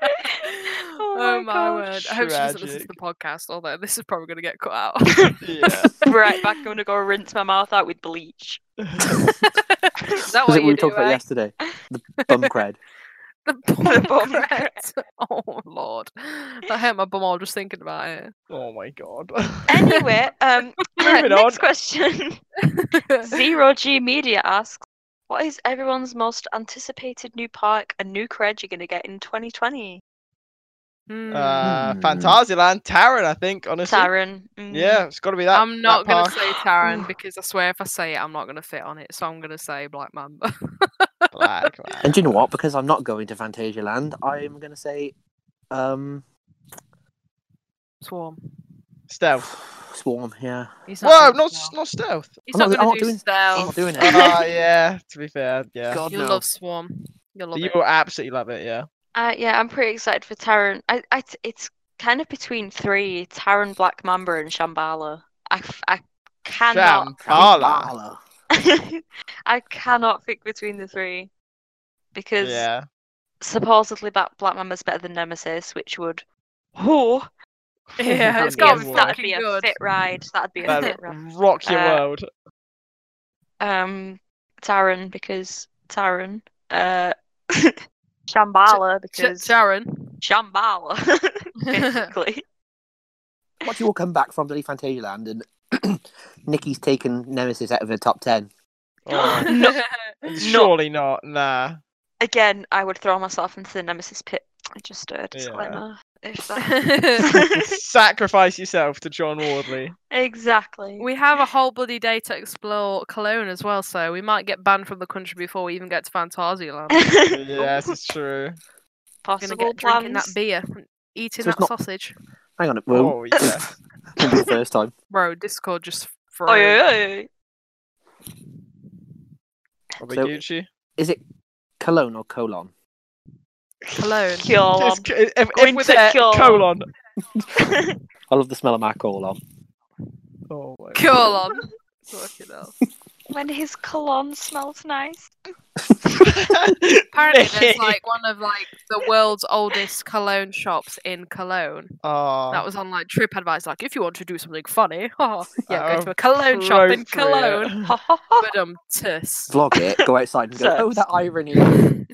Speaker 2: oh,
Speaker 4: my
Speaker 2: my,
Speaker 4: God.
Speaker 2: word. I hope she doesn't listen to
Speaker 3: Tragic.
Speaker 2: the podcast, although this is probably going to get cut out.
Speaker 3: Yeah.
Speaker 4: Right back, I'm going to go rinse my mouth out with bleach.
Speaker 2: is that
Speaker 1: Was it
Speaker 2: what you
Speaker 1: we were
Speaker 2: do,
Speaker 1: talking about
Speaker 2: eh?
Speaker 1: yesterday? The bum cred.
Speaker 2: The
Speaker 4: bum
Speaker 2: bum cret. Oh, Lord. That hurt my bum all just thinking about it.
Speaker 3: Oh my god.
Speaker 4: Anyway, um, right,
Speaker 3: Moving
Speaker 4: next
Speaker 3: on.
Speaker 4: question. Zero G Media asks, "What is everyone's most anticipated new park and new cred you're gonna get in 2020?"
Speaker 2: Hmm.
Speaker 3: Uh,
Speaker 1: Hmm.
Speaker 3: Fantasialand, Taron, I think, honestly.
Speaker 4: Taran. mm.
Speaker 3: Yeah, it's got to be that.
Speaker 2: I'm not
Speaker 3: that
Speaker 2: going to
Speaker 3: park.
Speaker 2: say Taran because I swear if I say it, I'm not going to fit on it. So I'm going to say Black Mamba.
Speaker 3: Black
Speaker 1: And
Speaker 3: man.
Speaker 1: do you know what? Because I'm not going to Fantasia Land, I'm gonna say um
Speaker 2: Swarm.
Speaker 3: Stealth.
Speaker 1: Swarm, yeah.
Speaker 2: He's
Speaker 3: Whoa,
Speaker 2: doing
Speaker 3: not
Speaker 2: stealth.
Speaker 3: not stealth.
Speaker 2: He's
Speaker 1: I'm
Speaker 2: not,
Speaker 1: not- I'm
Speaker 2: going
Speaker 1: not
Speaker 2: to do
Speaker 1: doing- I'm
Speaker 2: stealth.
Speaker 1: not doing it.
Speaker 3: Ah, yeah. To be fair, yeah.
Speaker 1: God,
Speaker 2: You
Speaker 1: no.
Speaker 2: love Swarm. You'll love
Speaker 3: you
Speaker 2: it.
Speaker 3: will absolutely love it. Yeah.
Speaker 4: Uh, yeah, I'm pretty excited for Taran. I, I, it's kind of between three: Taran, Black Mamba, and Shambhala. I, f- I cannot,
Speaker 3: Shambhala.
Speaker 4: I cannot pick between the three because
Speaker 3: Yeah.
Speaker 4: supposedly Black Black Mamba's better than Nemesis, which would. Oh,
Speaker 2: Yeah, Uh, it's
Speaker 3: That'd
Speaker 2: got to
Speaker 3: be a
Speaker 2: be
Speaker 3: world.
Speaker 4: that'd
Speaker 2: fucking
Speaker 4: be a
Speaker 2: good.
Speaker 4: fit ride. That'd be a
Speaker 3: That'd
Speaker 4: fit ride.
Speaker 3: rock your
Speaker 4: Uh,
Speaker 3: world.
Speaker 4: um Taran because Taran, uh Shambhala because
Speaker 2: Sharon.
Speaker 4: Shambhala basically.
Speaker 1: What do you all come back from the Fantasia Land and Nikki's taken Nemesis out of her top ten.
Speaker 3: Oh,
Speaker 4: No.
Speaker 3: surely not. Nah.
Speaker 4: Again, I would throw myself into the Nemesis pit. Just a disclaimer. If that...
Speaker 3: Sacrifice yourself to John Wardley.
Speaker 4: exactly.
Speaker 2: we have a whole bloody day to explore Cologne as well, so we might get banned from the country before we even get to Fantasia Land.
Speaker 3: yes, it's true.
Speaker 2: We're
Speaker 4: Possible
Speaker 2: gonna get drinking that
Speaker 4: plans.
Speaker 2: beer, and eating
Speaker 1: So it's
Speaker 2: that
Speaker 1: not-
Speaker 2: sausage.
Speaker 1: Hang on, whoa,
Speaker 3: Oh yeah.
Speaker 1: the first time.
Speaker 2: Bro, Discord just froze.
Speaker 4: Oi, oi, oi.
Speaker 3: What about
Speaker 1: So-
Speaker 3: Oh, Gucci?
Speaker 1: Is it Cologne or colon?
Speaker 2: Cologne.
Speaker 4: Kill
Speaker 3: Just c- if- if
Speaker 4: Going
Speaker 3: with
Speaker 4: to
Speaker 3: that
Speaker 4: kill.
Speaker 3: colon.
Speaker 4: 'em.
Speaker 1: I love the smell of my colon.
Speaker 3: Oh my
Speaker 2: Colon. Fucking hell.
Speaker 4: when his cologne smells nice.
Speaker 2: Apparently, there's like one of like the world's oldest cologne shops in Cologne.
Speaker 3: Oh,
Speaker 2: That was on like TripAdvisor. Like, if you want to do something funny, oh, yeah, go
Speaker 3: Oh,
Speaker 2: to a cologne shop in
Speaker 3: appropriate.
Speaker 2: Cologne.
Speaker 4: Ha, ha, ha.
Speaker 2: But um, tus.
Speaker 1: Vlog it, go outside and go,
Speaker 4: Sex.
Speaker 1: oh, that irony.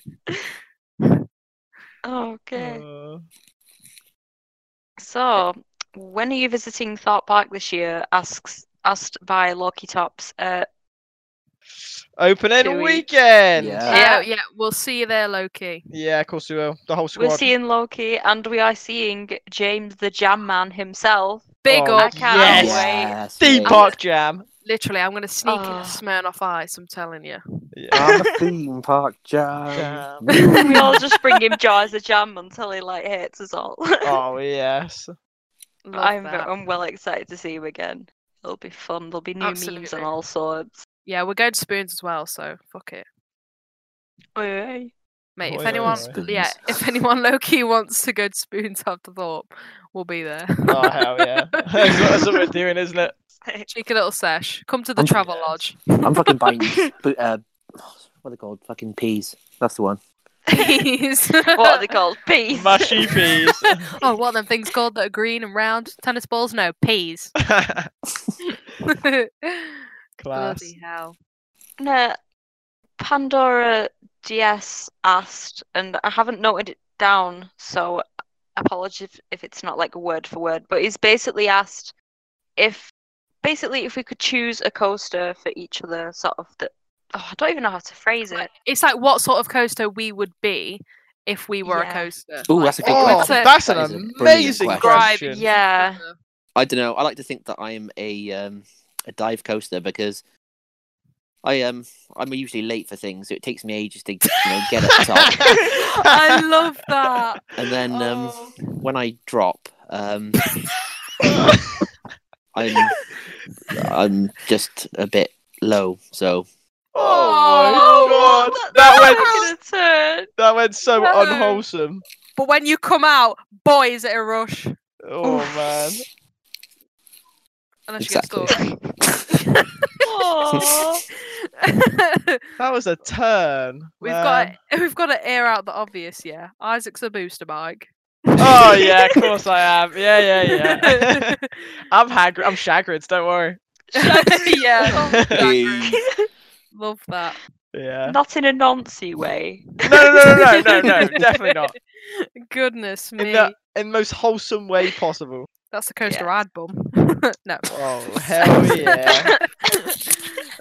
Speaker 4: okay.
Speaker 3: Uh,
Speaker 4: So, when are you visiting Thought Park this year? Asks asked by Loki Tops. Uh,
Speaker 3: opening
Speaker 4: Two weeks.
Speaker 3: weekend.
Speaker 1: Yeah.
Speaker 2: Yeah, yeah, we'll see you there, Loki.
Speaker 3: Yeah, of course we will. The whole squad.
Speaker 4: we're seeing Loki, and we are seeing James the Jam Man himself.
Speaker 2: Big
Speaker 3: Oh,
Speaker 2: up.
Speaker 4: I can't
Speaker 3: Yes.
Speaker 4: wait.
Speaker 1: mate.
Speaker 3: Theme park jam.
Speaker 2: Literally, I'm going to sneak in
Speaker 4: Ah.
Speaker 2: a Smirnoff Ice, I'm telling you.
Speaker 3: Yeah.
Speaker 1: I'm a theme park jam.
Speaker 3: Jam.
Speaker 4: we all just bring him joy as a jam until he like hates us all.
Speaker 3: oh yes.
Speaker 2: Love
Speaker 4: I'm um
Speaker 2: that.
Speaker 4: I'm well excited to see him again. It'll be fun. There'll be new memes
Speaker 2: Absolutely.
Speaker 4: and all sorts.
Speaker 2: Yeah, we're going to Spoons as well, so fuck it.
Speaker 4: Oi,
Speaker 2: Mate,
Speaker 3: Oi,
Speaker 2: if
Speaker 3: oi,
Speaker 2: anyone,
Speaker 1: oi.
Speaker 2: yeah, if anyone Loki wants to go to Spoons after Thorpe, we'll be there.
Speaker 3: Oh hell yeah. That's what we're doing, isn't it?
Speaker 4: oi.
Speaker 2: Cheeky little sesh. Come to the
Speaker 1: I'm-
Speaker 2: Travel
Speaker 3: Yes.
Speaker 2: Lodge.
Speaker 1: I'm fucking buying you, sp- uh, what are they called? Fucking peas. That's the one.
Speaker 2: Please.
Speaker 4: What are they called? Peas.
Speaker 3: Mushy peas.
Speaker 2: oh, what are them things called that are green and round? Tennis balls? No, peas. Bloody
Speaker 3: Class.
Speaker 2: hell.
Speaker 4: No, Pandora DS asked, and I haven't noted it down, so apologies if, if it's not like word for word, but he's basically asked if basically if we could choose a coaster for each other, sort of the oh, I don't even know how to phrase it.
Speaker 2: It's like what sort of coaster we would be if we were
Speaker 4: Yeah.
Speaker 2: a coaster.
Speaker 1: Ooh,
Speaker 2: Like,
Speaker 1: that's a good
Speaker 2: what
Speaker 3: Oh,
Speaker 2: would
Speaker 1: question.
Speaker 2: it-
Speaker 3: that's
Speaker 1: That is a
Speaker 3: an
Speaker 1: brilliant
Speaker 3: amazing
Speaker 1: question.
Speaker 2: Describe
Speaker 3: question.
Speaker 4: Yeah.
Speaker 1: I don't know. I like to think that I am a um, a dive coaster because I um I'm usually late for things, so it takes me ages to you know, get up top.
Speaker 2: I love that.
Speaker 1: And then um,
Speaker 2: Oh.
Speaker 1: when I drop, um,
Speaker 3: Oh
Speaker 1: I'm I'm just a bit low. So
Speaker 3: Oh my god. That went that went so
Speaker 2: No.
Speaker 3: unwholesome.
Speaker 2: But when you come out, boy, is it a rush.
Speaker 3: Oh man.
Speaker 2: Unless
Speaker 1: Exactly.
Speaker 2: you get stuck.
Speaker 4: Aw.
Speaker 3: That was a turn.
Speaker 2: we've
Speaker 3: man.
Speaker 2: got we've got to air out the obvious, yeah. Isaac's a booster bike.
Speaker 3: Oh yeah, of course I am. Yeah, yeah, yeah. I'm Hagrid. I'm Shagrids. Don't worry.
Speaker 2: yeah, love that.
Speaker 1: Hey.
Speaker 2: love that.
Speaker 3: Yeah.
Speaker 4: Not in a noncy way.
Speaker 3: No, no, no, no, no, no, no. Definitely not.
Speaker 2: Goodness
Speaker 3: In
Speaker 2: me,
Speaker 3: the in the most wholesome way possible.
Speaker 2: that's the coaster
Speaker 4: Yeah.
Speaker 2: I'd bum. no.
Speaker 3: Oh hell yeah.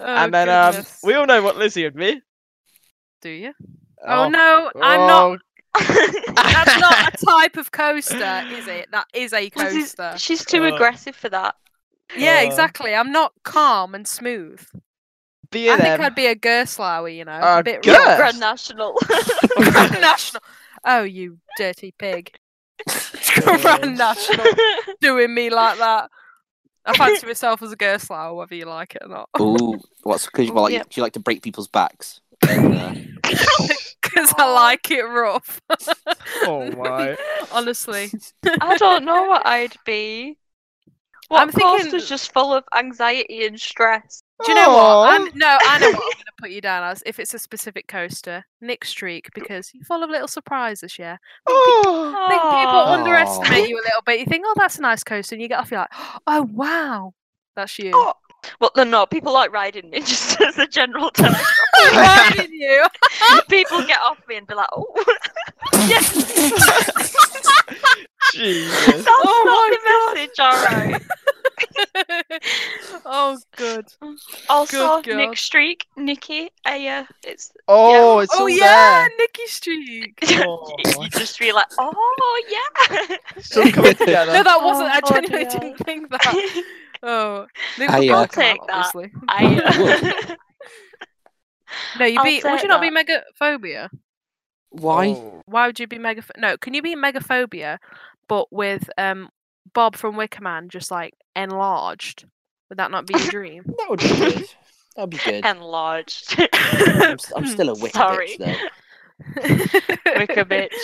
Speaker 2: Oh,
Speaker 3: and then um, we all know what Lizzie would be.
Speaker 2: do you? Oh, no, I'm not.
Speaker 3: Oh.
Speaker 2: That's not a type of coaster, is it? That is a
Speaker 4: This is-
Speaker 2: coaster. Oh.
Speaker 4: She's too
Speaker 3: Uh,
Speaker 4: aggressive for that.
Speaker 2: Yeah,
Speaker 3: Uh,
Speaker 2: exactly. I'm not calm and smooth. Oh,
Speaker 3: B
Speaker 2: I
Speaker 3: and
Speaker 2: think
Speaker 3: M.
Speaker 2: I'd be a Gerslauer, you know,
Speaker 3: Uh,
Speaker 2: a bit
Speaker 3: Gers-
Speaker 2: rough.
Speaker 4: Grand National.
Speaker 2: Grand National. Oh, you dirty pig! Grand National doing me like that. I fancy myself as a Gerslauer, whether you like it or not.
Speaker 1: ooh, what's because well, like,
Speaker 4: Oh. Yeah.
Speaker 1: do you like to break people's backs? And, uh,
Speaker 2: Because I like it rough.
Speaker 3: Oh my.
Speaker 2: Honestly,
Speaker 4: I don't know what I'd be. What
Speaker 2: I'm thinking-
Speaker 4: coaster's just full of anxiety and stress?
Speaker 2: do you know what?
Speaker 3: Aw.
Speaker 2: I'm, no, I know what I'm going to put you down as. If it's a specific coaster, Nick Streak, because you're full of little surprises. Yeah,
Speaker 3: Oh.
Speaker 2: I think people
Speaker 4: Aw.
Speaker 2: underestimate you a little bit. You think, oh, that's a nice coaster, and you get off, you're like, oh wow, that's you.
Speaker 4: Oh, Well, no, no, people like riding me just as a general term.
Speaker 2: Reminding you.
Speaker 4: people get off me and be like, oh,
Speaker 3: Jesus.
Speaker 1: uh,
Speaker 4: that's
Speaker 2: Oh
Speaker 4: not the message, alright.
Speaker 2: Oh, good.
Speaker 4: Also,
Speaker 2: Good God.
Speaker 4: Nick Streak, Nikki, Aya. It's
Speaker 3: Oh,
Speaker 4: Yeah.
Speaker 3: it's
Speaker 2: oh
Speaker 3: all
Speaker 2: yeah, Nikki Streak.
Speaker 3: there.
Speaker 4: you just realize. Oh yeah.
Speaker 3: Still coming
Speaker 2: No,
Speaker 3: together.
Speaker 2: that wasn't. I
Speaker 4: Oh,
Speaker 2: genuinely
Speaker 4: dear.
Speaker 2: didn't think that. Oh, Luke
Speaker 1: I,
Speaker 2: will
Speaker 1: uh,
Speaker 2: I'll take
Speaker 4: Take that.
Speaker 2: obviously.
Speaker 4: Aya.
Speaker 2: No, you
Speaker 4: I'll
Speaker 2: be. Would
Speaker 4: take
Speaker 2: you not be
Speaker 4: that.
Speaker 2: megaphobia?
Speaker 3: Oh,
Speaker 1: Why?
Speaker 4: Oh.
Speaker 2: Why would you be megaph? No, can you be megaphobia, but with um Bob from Wicker Man just like enlarged? Would that not be your dream?
Speaker 1: That would be good. That would be good.
Speaker 4: Enlarged.
Speaker 1: I'm, s- I'm still a wicked
Speaker 4: Sorry.
Speaker 1: bitch, though.
Speaker 2: Wicker
Speaker 4: bitch.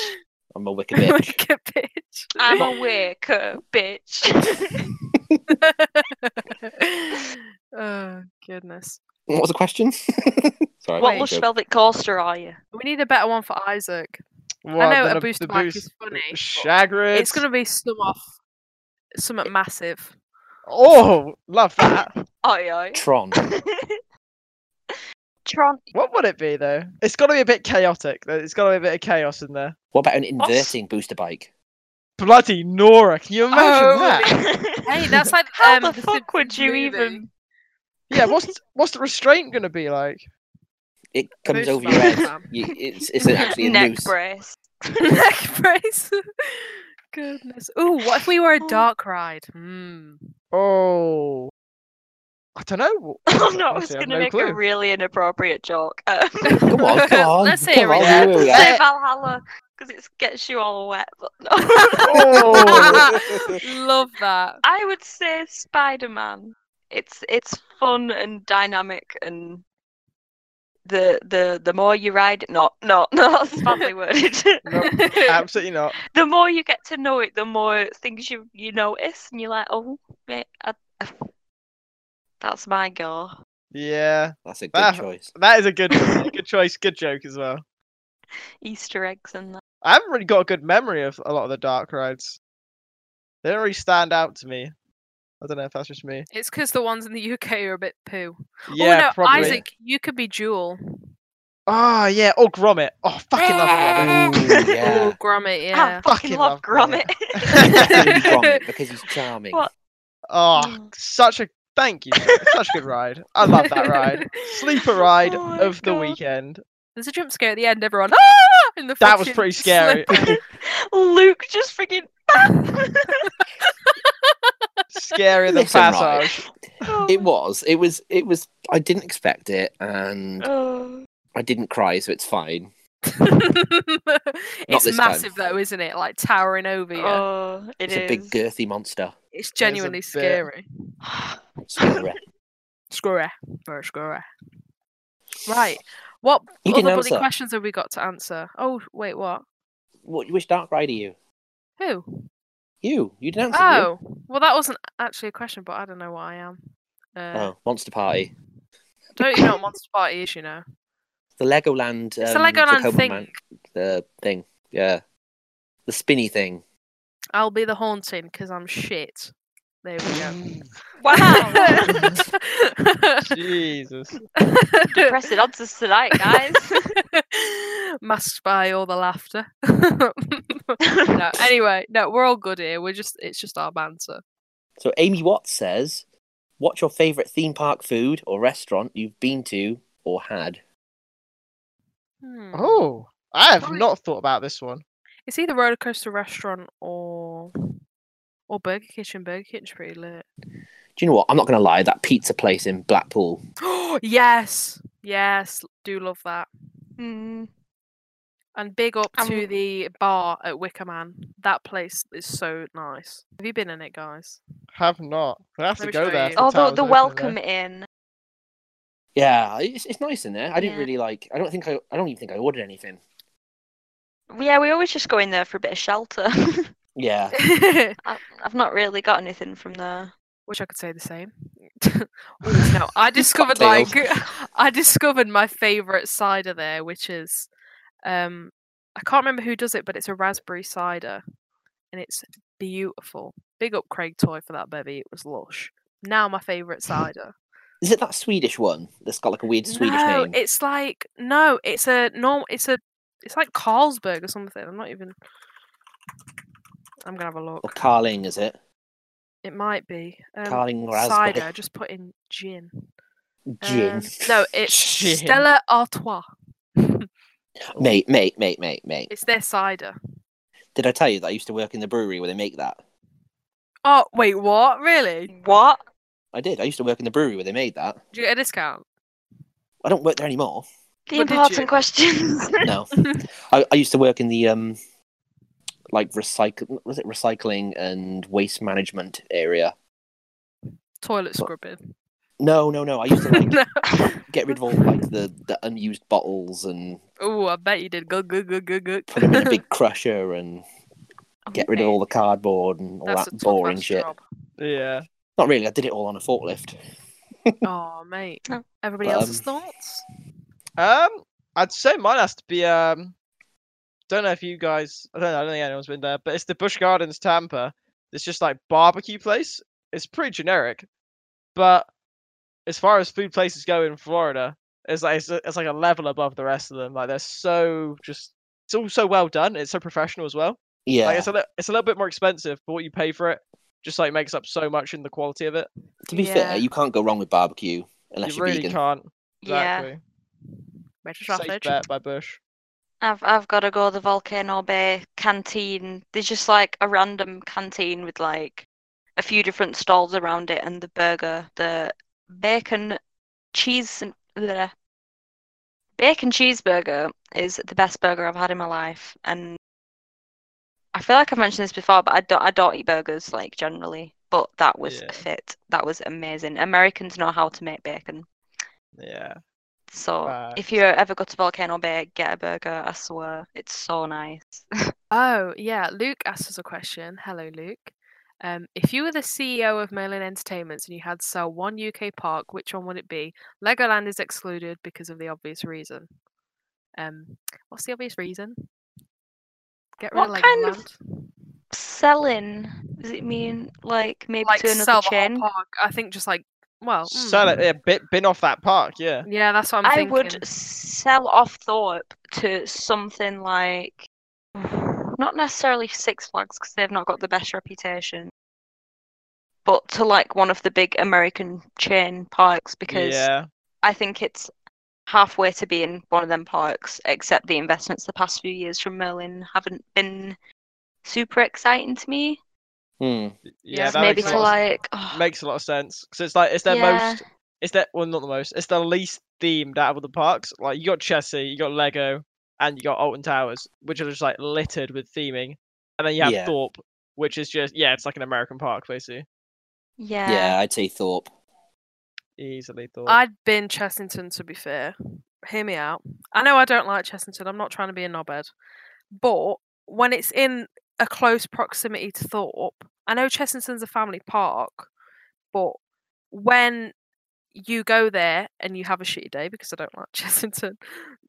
Speaker 1: I'm a wicked bitch.
Speaker 2: Wicker bitch.
Speaker 4: I'm awake, uh, bitch.
Speaker 2: oh goodness.
Speaker 1: what was the question? Sorry.
Speaker 4: what
Speaker 1: I'm
Speaker 4: will
Speaker 1: joking.
Speaker 4: Velvet Coaster are you?
Speaker 2: We need a better one for Isaac.
Speaker 3: What,
Speaker 2: I
Speaker 3: then
Speaker 2: know a booster
Speaker 3: the
Speaker 2: pack
Speaker 3: boost-
Speaker 2: is funny. but
Speaker 3: Shagrid.
Speaker 2: It's gonna be some off, somewhat massive.
Speaker 3: Oh, love that.
Speaker 4: Aye, aye.
Speaker 1: Tron.
Speaker 3: Oh,
Speaker 4: Tron.
Speaker 3: What would it be though? It's got to be a bit chaotic. It's got to be a bit of chaos in there.
Speaker 1: What about an inverting booster bike?
Speaker 3: Bloody Nora! Can you imagine
Speaker 2: Oh,
Speaker 3: that?
Speaker 2: Hey, that's like
Speaker 4: How
Speaker 2: um,
Speaker 4: the
Speaker 2: Simpsons
Speaker 4: fuck would you
Speaker 2: movie.
Speaker 4: even?
Speaker 3: Yeah, what's what's the restraint gonna be like?
Speaker 1: It comes
Speaker 2: Moose
Speaker 1: over your
Speaker 2: bike,
Speaker 1: head.
Speaker 2: fam.
Speaker 1: You, it's it's actually a
Speaker 4: Neck
Speaker 1: noose.
Speaker 4: brace.
Speaker 2: neck brace. Goodness. Ooh, what if we were a
Speaker 4: Oh.
Speaker 2: dark ride? Hmm.
Speaker 3: Oh, I don't know.
Speaker 4: I'm not
Speaker 3: Honestly, I have
Speaker 4: gonna
Speaker 3: no
Speaker 4: make
Speaker 3: clue.
Speaker 4: a really inappropriate joke. Um,
Speaker 1: Come on, come on.
Speaker 2: Let's hear
Speaker 1: come on,
Speaker 2: it.
Speaker 3: Oh,
Speaker 2: Yeah.
Speaker 1: you will, yeah.
Speaker 4: say Valhalla because it gets you all wet. But no.
Speaker 3: Oh,
Speaker 2: Love that.
Speaker 4: I would say Spider Man. It's it's fun and dynamic and the the the more you ride it no no no that's badly worded.
Speaker 3: Nope. absolutely not.
Speaker 4: the more you get to know it, the more things you you notice and you're like, oh mate, I, that's my go.
Speaker 3: Yeah,
Speaker 1: That's a good
Speaker 3: That-
Speaker 1: choice.
Speaker 3: that is a good good choice. Good joke as well.
Speaker 4: Easter eggs and that.
Speaker 3: I haven't really got a good memory of a lot of the dark rides. They don't really stand out to me. I don't know if that's just me.
Speaker 2: It's because the ones in the UK are a bit poo.
Speaker 3: Yeah,
Speaker 2: oh no,
Speaker 3: probably.
Speaker 2: Isaac, you could be Jewel.
Speaker 3: Oh yeah. Oh Gromit. Oh fucking love Gromit.
Speaker 1: Ooh,
Speaker 2: Oh,
Speaker 1: yeah.
Speaker 2: Gromit,
Speaker 4: I
Speaker 2: yeah.
Speaker 4: fucking,
Speaker 3: Fucking
Speaker 4: love
Speaker 3: love
Speaker 4: Gromit.
Speaker 1: Absolutely Gromit, because he's charming.
Speaker 4: What?
Speaker 3: Oh,
Speaker 4: Mm.
Speaker 3: such a thank you. sir. such a good ride. I love that ride. Sleeper ride
Speaker 4: Oh my
Speaker 3: of the
Speaker 4: God.
Speaker 3: weekend.
Speaker 2: There's a jump scare at the end. Everyone, ah! In the
Speaker 3: That was
Speaker 2: fucking
Speaker 3: pretty scary.
Speaker 2: slipper.
Speaker 4: Luke just freaking.
Speaker 3: Scarier than
Speaker 1: Listen, right.
Speaker 3: Passage.
Speaker 4: oh,
Speaker 1: It was. It was. It was. I didn't expect it, and
Speaker 4: Oh.
Speaker 1: I didn't cry, so it's fine.
Speaker 2: it's
Speaker 1: this time.
Speaker 2: massive though, isn't it? Like towering over you.
Speaker 4: Oh, it
Speaker 1: It's
Speaker 4: is.
Speaker 1: a big girthy monster.
Speaker 2: it's genuinely
Speaker 3: bit.
Speaker 2: scary.
Speaker 1: Screw it.
Speaker 2: Screw it. Very screw it. Right. What
Speaker 1: You
Speaker 2: other
Speaker 1: didn't
Speaker 2: bloody
Speaker 1: answer.
Speaker 2: questions have we got to answer? Oh wait, what?
Speaker 1: What? Which dark ride are you?
Speaker 2: Who?
Speaker 1: You. You didn't answer. did you?
Speaker 2: Oh, well, that wasn't actually a question, but I don't know what I am. Uh,
Speaker 1: Oh, Monster Party.
Speaker 2: Don't you know what Monster Party is? You know.
Speaker 1: The Legoland. Um,
Speaker 2: It's a Legoland
Speaker 1: Tacoman
Speaker 2: thing.
Speaker 1: Man- the thing. Yeah. The spinny thing.
Speaker 2: I'll be the haunting because I'm shit. There we go.
Speaker 1: Oh,
Speaker 4: Wow.
Speaker 3: Jesus.
Speaker 4: Depressing answers tonight, guys.
Speaker 2: Masked by all the laughter. no, anyway, no, we're all good here. We're just, it's just our banter.
Speaker 1: So Amy Watts says, "What's your favourite theme park food or restaurant you've been to or had?"
Speaker 2: Hmm.
Speaker 3: Oh. I have
Speaker 2: Sorry.
Speaker 3: not thought about this one.
Speaker 2: It's either roller coaster restaurant or or Burger Kitchen. Burger Kitchen's pretty lit.
Speaker 1: Do you know what? I'm not going to lie. That pizza place in Blackpool.
Speaker 2: yes, yes, do love that.
Speaker 4: Mm,
Speaker 2: And big up
Speaker 4: Um,
Speaker 2: to the bar at Wickerman. That place is so nice. Have you been in it, guys?
Speaker 3: Have not. I have
Speaker 2: Let
Speaker 3: to
Speaker 2: me
Speaker 3: go
Speaker 2: show
Speaker 3: there.
Speaker 2: you.
Speaker 3: for
Speaker 4: Although
Speaker 3: Towers
Speaker 4: Oh, the
Speaker 3: Open
Speaker 4: welcome
Speaker 3: there.
Speaker 4: in.
Speaker 1: Yeah, it's, it's nice in there. I didn't
Speaker 4: Yeah.
Speaker 1: really like. I don't think I. I don't even think I ordered anything.
Speaker 4: Yeah, we always just go in there for a bit of shelter.
Speaker 1: Yeah.
Speaker 4: I- I've not really got anything from there.
Speaker 2: Wish I could say the same. Ooh, no, I discovered like I discovered my favorite cider there, which is um I can't remember who does it, but it's a raspberry cider, and it's beautiful. Big up Craig Toy for that bevy. It was lush. Now my favorite cider.
Speaker 1: Is it that Swedish one that's got like a weird Swedish
Speaker 2: no,
Speaker 1: name?
Speaker 2: it's like no, it's a normal. It's a it's like Carlsberg or something. I'm not even. I'm gonna have a look.
Speaker 1: Or Carling, is it?
Speaker 2: It might be. Um,
Speaker 1: Carling raspberry
Speaker 2: cider. Just put in gin.
Speaker 1: gin.
Speaker 2: Um, no, it's
Speaker 3: Gin.
Speaker 2: Stella Artois.
Speaker 1: Mate, mate, mate, mate, mate.
Speaker 2: It's their cider.
Speaker 1: Did I tell you that I used to work in the brewery where they make that?
Speaker 2: Oh wait, what? Really?
Speaker 4: What?
Speaker 1: I did. I used to work in the brewery where they made that.
Speaker 2: Do you get a discount?
Speaker 1: I don't work there anymore.
Speaker 4: The
Speaker 2: What did you-
Speaker 4: important questions.
Speaker 1: No, I, I used to work in the um, like recycle was it recycling and waste management area.
Speaker 2: Toilet scrubbing.
Speaker 1: No, no, no. I used to like,
Speaker 2: no.
Speaker 1: get rid of all like the, the unused bottles and
Speaker 2: Oh, I bet you did. Go go go go go.
Speaker 1: put them in a big crusher and get rid of all the cardboard and all
Speaker 2: That's a
Speaker 1: that
Speaker 2: tough
Speaker 1: boring
Speaker 2: ass
Speaker 1: shit.
Speaker 2: job.
Speaker 3: Yeah.
Speaker 1: Not really. I did it all on a forklift.
Speaker 2: Oh mate.
Speaker 4: No.
Speaker 2: Everybody
Speaker 1: But,
Speaker 2: else's
Speaker 1: um,
Speaker 2: thoughts.
Speaker 3: Um, I'd say mine has to be um. Don't know if you guys. I don't know. I don't think anyone's been there, but it's the Bush Gardens Tampa. It's just like barbecue place. It's pretty generic, but as far as food places go in Florida, it's like it's, it's like a level above the rest of them. Like they're so just. It's all so well done. It's so professional as well.
Speaker 1: Yeah.
Speaker 3: Like it's a li- it's a little bit more expensive, but what you pay for it just like makes up so much in the quality of it.
Speaker 1: to be
Speaker 2: Yeah.
Speaker 1: fair, you can't go wrong with barbecue unless
Speaker 3: you
Speaker 1: are
Speaker 3: really
Speaker 1: vegan.
Speaker 3: can't.
Speaker 4: Yeah,
Speaker 3: Exactly.
Speaker 2: Rachel
Speaker 3: Safe
Speaker 2: Trowbridge.
Speaker 3: bet by Bush.
Speaker 4: I've I've got to go the Volcano Bay canteen. There's just like a random canteen with like a few different stalls around it, and the burger, the bacon, cheese, and the bacon cheeseburger is the best burger I've had in my life. And I feel like I've mentioned this before, but I don't I don't eat burgers like generally. But that was
Speaker 3: Yeah.
Speaker 4: fit. That was amazing. Americans know how to make bacon.
Speaker 3: Yeah.
Speaker 4: So
Speaker 3: Facts.
Speaker 4: if you ever go to Volcano Bay, get a burger. I swear, it's so nice.
Speaker 2: Oh yeah, Luke asked us a question. Hello, Luke. Um, if you were the CEO of Merlin Entertainments and you had to sell one UK park, which one would it be? Legoland is excluded because of the obvious reason. Um, what's the obvious reason? Get rid of
Speaker 4: What kind of-
Speaker 2: Legoland.
Speaker 4: Selling? Does it mean like maybe
Speaker 2: like
Speaker 4: to
Speaker 2: sell
Speaker 4: another
Speaker 2: the whole
Speaker 4: chain?
Speaker 2: park. I think just like well,
Speaker 4: Hmm.
Speaker 2: mm,
Speaker 3: Sell it. Yeah, bit bin off that park. Yeah.
Speaker 2: Yeah, that's what I'm
Speaker 4: I
Speaker 2: thinking.
Speaker 4: would sell off Thorpe to something like not necessarily Six Flags because they've not got the best reputation, but to like one of the big American chain parks because
Speaker 3: yeah.
Speaker 4: I think it's halfway to being one of them parks, except the investments the past few years from Merlin haven't been super exciting to me.
Speaker 1: Hmm.
Speaker 2: Yeah,
Speaker 3: Yeah.
Speaker 2: that
Speaker 4: Maybe
Speaker 3: makes,
Speaker 4: to
Speaker 3: a lot,
Speaker 4: like,
Speaker 3: of-
Speaker 4: oh,
Speaker 3: makes a lot of sense because it's like it's their
Speaker 4: Yeah.
Speaker 3: most. It's their well, not the most. It's the least themed out of all the parks. Like you got Chessy, you got Lego, and you got Alton Towers, which are just like littered with theming, and then you have
Speaker 1: Yeah.
Speaker 3: Thorpe, which is just yeah, it's like an American park basically.
Speaker 4: yeah.
Speaker 1: Yeah, I'd say Thorpe.
Speaker 3: Easily Thorpe.
Speaker 2: I'd bin Chessington to be fair. Hear me out. I know I don't like Chessington. I'm not trying to be a knobhead, but when it's in a close proximity to Thorpe, I know Chessington's a family park, but when you go there and you have a shitty day because I don't like Chessington,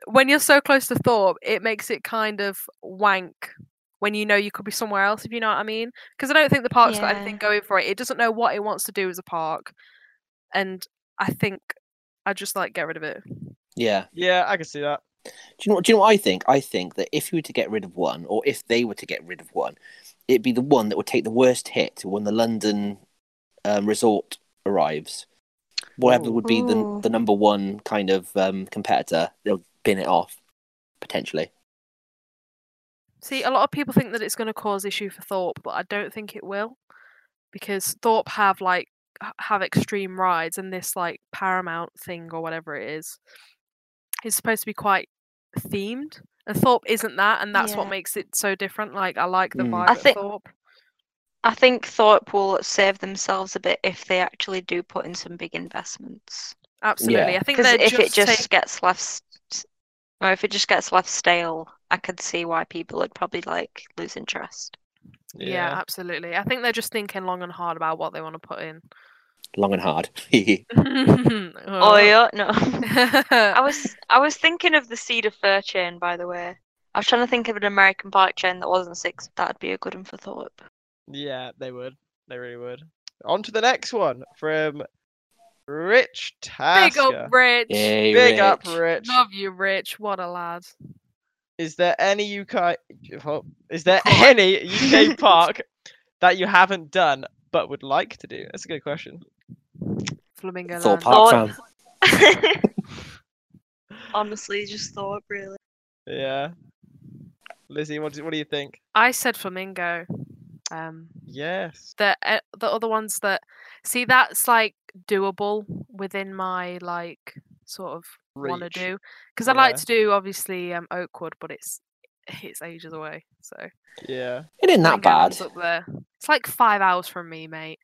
Speaker 2: when you're so close to Thorpe, it makes it kind of wank when you know you could be somewhere else, if you know what I mean. Because I don't think the park's got
Speaker 4: Yeah.
Speaker 2: anything going for it. It doesn't know what it wants to do as a park. And I think I just like get rid of it.
Speaker 1: Yeah.
Speaker 3: Yeah, I can see that.
Speaker 1: Do you know? Do you know what I think? I think that if you were to get rid of one, or if they were to get rid of one, it'd be the one that would take the worst hit when the London um, resort arrives. Whatever
Speaker 3: Ooh.
Speaker 1: would be the
Speaker 4: Ooh.
Speaker 1: the number one kind of um, competitor, they'll bin it off potentially.
Speaker 2: See, a lot of people think that it's going to cause issue for Thorpe, but I don't think it will because Thorpe have like h- have extreme rides and this like Paramount thing or whatever it is is supposed to be quite themed. And Thorpe isn't that, and that's what
Speaker 4: Yeah.
Speaker 2: makes it so different. Like I like the
Speaker 1: Mm.
Speaker 2: vibe
Speaker 4: I
Speaker 2: of
Speaker 4: think-
Speaker 2: Thorpe.
Speaker 4: I think Thorpe will save themselves a bit if they actually do put in some big investments.
Speaker 2: Absolutely,
Speaker 1: Yeah.
Speaker 2: I think
Speaker 4: Because
Speaker 2: they're
Speaker 4: if
Speaker 2: just,
Speaker 4: it just
Speaker 2: take-
Speaker 4: gets left, s- or if it just gets left stale, I could see why people would probably like lose interest.
Speaker 2: yeah. absolutely. I think they're just thinking long and hard about what they want to put in.
Speaker 1: Long and hard.
Speaker 4: Oh
Speaker 2: oh
Speaker 4: yeah, no. I
Speaker 2: yeah.
Speaker 4: was I was thinking of the Cedar Fir chain, by the way. I was trying to think of an American park chain that wasn't six. That'd be a good one for Thorpe.
Speaker 3: Yeah, they would. They really would. On to the next one from Rich
Speaker 2: Big
Speaker 3: Tasker.
Speaker 2: up, Rich.
Speaker 1: Yay,
Speaker 3: Big up,
Speaker 1: Rich.
Speaker 3: Rich.
Speaker 2: Love you, Rich. What a lad.
Speaker 3: Is there any UK? oh, Is there any UK park that you haven't done but would like to do? That's a good question.
Speaker 2: Flamingo
Speaker 1: Thought Park
Speaker 2: Land.
Speaker 4: Thought-
Speaker 1: fan.
Speaker 4: Honestly, just thought really.
Speaker 3: Yeah. Lizzie, what do, what do you think?
Speaker 2: I said flamingo. Um,
Speaker 3: Yes.
Speaker 2: the uh, the other ones that see that's like doable within my like sort of want to
Speaker 3: Reach.
Speaker 2: do because I like
Speaker 3: Yeah.
Speaker 2: to do obviously um Oakwood, but it's it's ages away. So
Speaker 3: Yeah.
Speaker 1: It ain't that
Speaker 2: Flamingo
Speaker 1: bad.
Speaker 2: Land's Up there. It's like five hours from me, mate.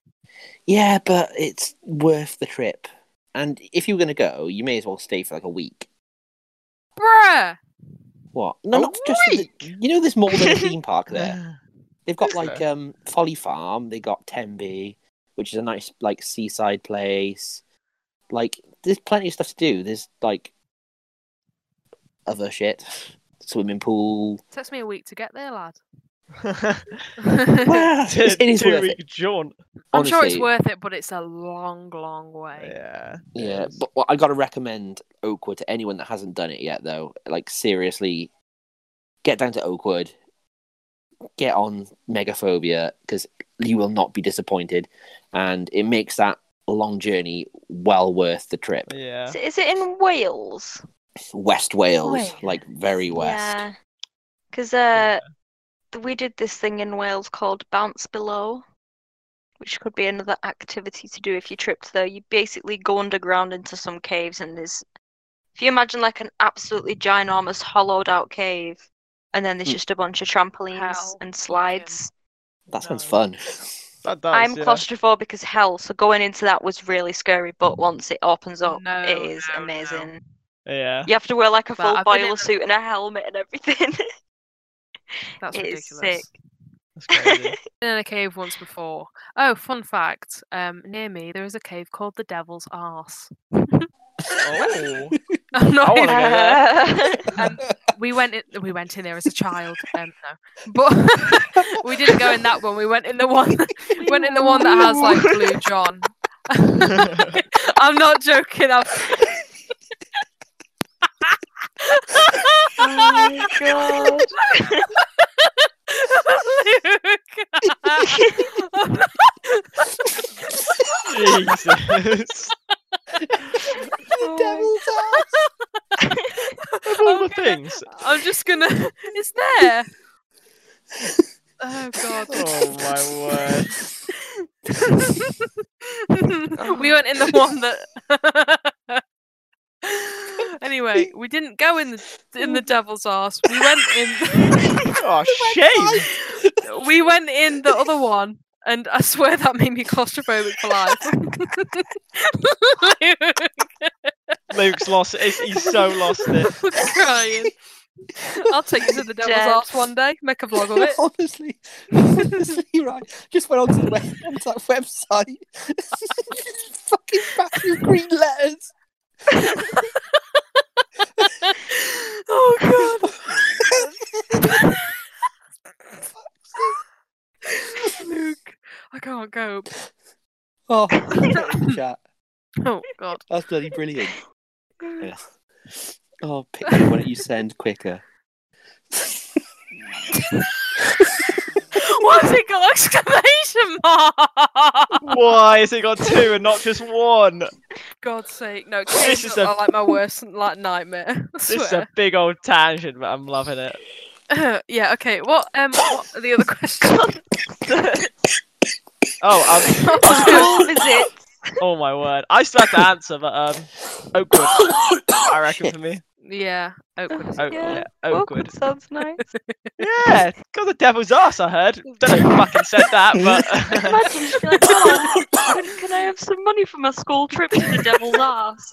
Speaker 1: Yeah, but it's worth the trip. And if you were going to go, you may as well stay for like a week.
Speaker 2: Bruh.
Speaker 1: What? No,
Speaker 3: A
Speaker 1: not just for the- you know. There's more than a theme park there. They've got
Speaker 3: Is
Speaker 1: like um Folly Farm. They got Tembe, which is a nice like seaside place. Like there's plenty of stuff to do. There's like other shit, swimming pool.
Speaker 2: Takes me a week to get there, lad.
Speaker 1: Well, it's- it is
Speaker 3: two
Speaker 1: worth
Speaker 3: week
Speaker 1: it.
Speaker 3: jaunt.
Speaker 2: I'm sure it's
Speaker 1: honestly.
Speaker 2: worth it, but it's a long, long way.
Speaker 3: Yeah.
Speaker 1: Yeah,
Speaker 3: yes.
Speaker 1: but well, I got to recommend Oakwood to anyone that hasn't done it yet, though. Like seriously, get down to Oakwood, get on Megaphobia because you will not be disappointed, and it makes that long journey well worth the trip.
Speaker 3: Yeah.
Speaker 4: Is it- is it in Wales?
Speaker 1: West Wales,
Speaker 4: Wales.
Speaker 1: like very west.
Speaker 4: Yeah. Because
Speaker 3: Yeah.
Speaker 4: uh, th- we did this thing in Wales called Bounce Below, which could be another activity to do if you tripped there. You basically go underground into some caves, and there's, if you imagine like an absolutely ginormous hollowed out cave, and then
Speaker 3: Hmm.
Speaker 4: there's
Speaker 1: Mm.
Speaker 4: just a bunch of trampolines
Speaker 2: How
Speaker 4: and slides.
Speaker 1: That sounds
Speaker 2: No.
Speaker 1: fun.
Speaker 3: Oh, That does.
Speaker 4: I'm
Speaker 3: yeah.
Speaker 4: claustrophobic as hell, so going into that was really scary, but
Speaker 3: Hmm.
Speaker 4: once it opens up,
Speaker 2: No,
Speaker 4: it is
Speaker 2: no, no.
Speaker 4: amazing.
Speaker 3: Yeah.
Speaker 4: You have to wear like a
Speaker 2: But
Speaker 4: full
Speaker 2: I've been in
Speaker 4: boiler
Speaker 2: a-
Speaker 4: suit and a helmet and everything.
Speaker 2: That's
Speaker 4: It is
Speaker 2: ridiculous.
Speaker 4: sick.
Speaker 3: That's crazy.
Speaker 2: Been in a cave once before. Oh, fun fact. Um, near me there is a cave called the Devil's Arse.
Speaker 3: oh.
Speaker 2: I'm not
Speaker 3: I wanna
Speaker 2: even-
Speaker 3: go there.
Speaker 2: Um, we went in, we went in there as a child. Um, no, but we didn't go in that one. We went in the one went in the one that has like Blue John. I'm not joking. I'm...
Speaker 4: my god.
Speaker 2: Oh Luke.
Speaker 3: Jesus.
Speaker 4: Oh my
Speaker 1: Devil's arse.
Speaker 3: of all
Speaker 2: I'm
Speaker 3: the
Speaker 2: gonna-
Speaker 3: things.
Speaker 2: I'm just gonna. It's there. Oh god.
Speaker 3: Oh my word.
Speaker 2: we weren't in the one that. anyway, we didn't go in the in the devil's arse. We went in.
Speaker 3: Oh shame.
Speaker 2: we went in the other one, and I swear that made me claustrophobic for life.
Speaker 3: Luke's lost. He's, he's so lost. This.
Speaker 2: I'm crying. I'll take you to the devil's
Speaker 4: Dead.
Speaker 2: arse one day. Make a vlog of it.
Speaker 1: honestly, honestly, right? Just went onto the web, onto that website. Fucking Matthew Green letters.
Speaker 2: oh god. Luke, I can't go.
Speaker 1: oh, chat.
Speaker 2: Oh god.
Speaker 1: That's bloody brilliant. Yeah. Oh, pick me, why don't you send quicker?
Speaker 2: Why has it got exclamation mark?
Speaker 3: Why has it got two and not just one?
Speaker 2: God's sake, no!
Speaker 3: This
Speaker 2: This
Speaker 3: is
Speaker 2: is
Speaker 3: a-
Speaker 2: like my worst like nightmare. I
Speaker 3: This is a
Speaker 2: swear.
Speaker 3: big old tangent, but I'm loving it.
Speaker 2: yeah. Okay. What? Um. What are the other questions?
Speaker 3: Oh, I'm,
Speaker 4: What school is it?
Speaker 3: oh my word. I still have to answer, but um, Oakwood. I reckon for me.
Speaker 2: yeah. Oakwood. is-
Speaker 3: Oh,
Speaker 4: Yeah,
Speaker 3: yeah,
Speaker 4: Awkward
Speaker 3: Oakwood.
Speaker 4: sounds nice.
Speaker 3: Yeah, got the devil's ass. I heard. Don't know who fucking said that, but
Speaker 4: Imagine she'd be like, oh, can, can I have some money for my school trip to the devil's arse?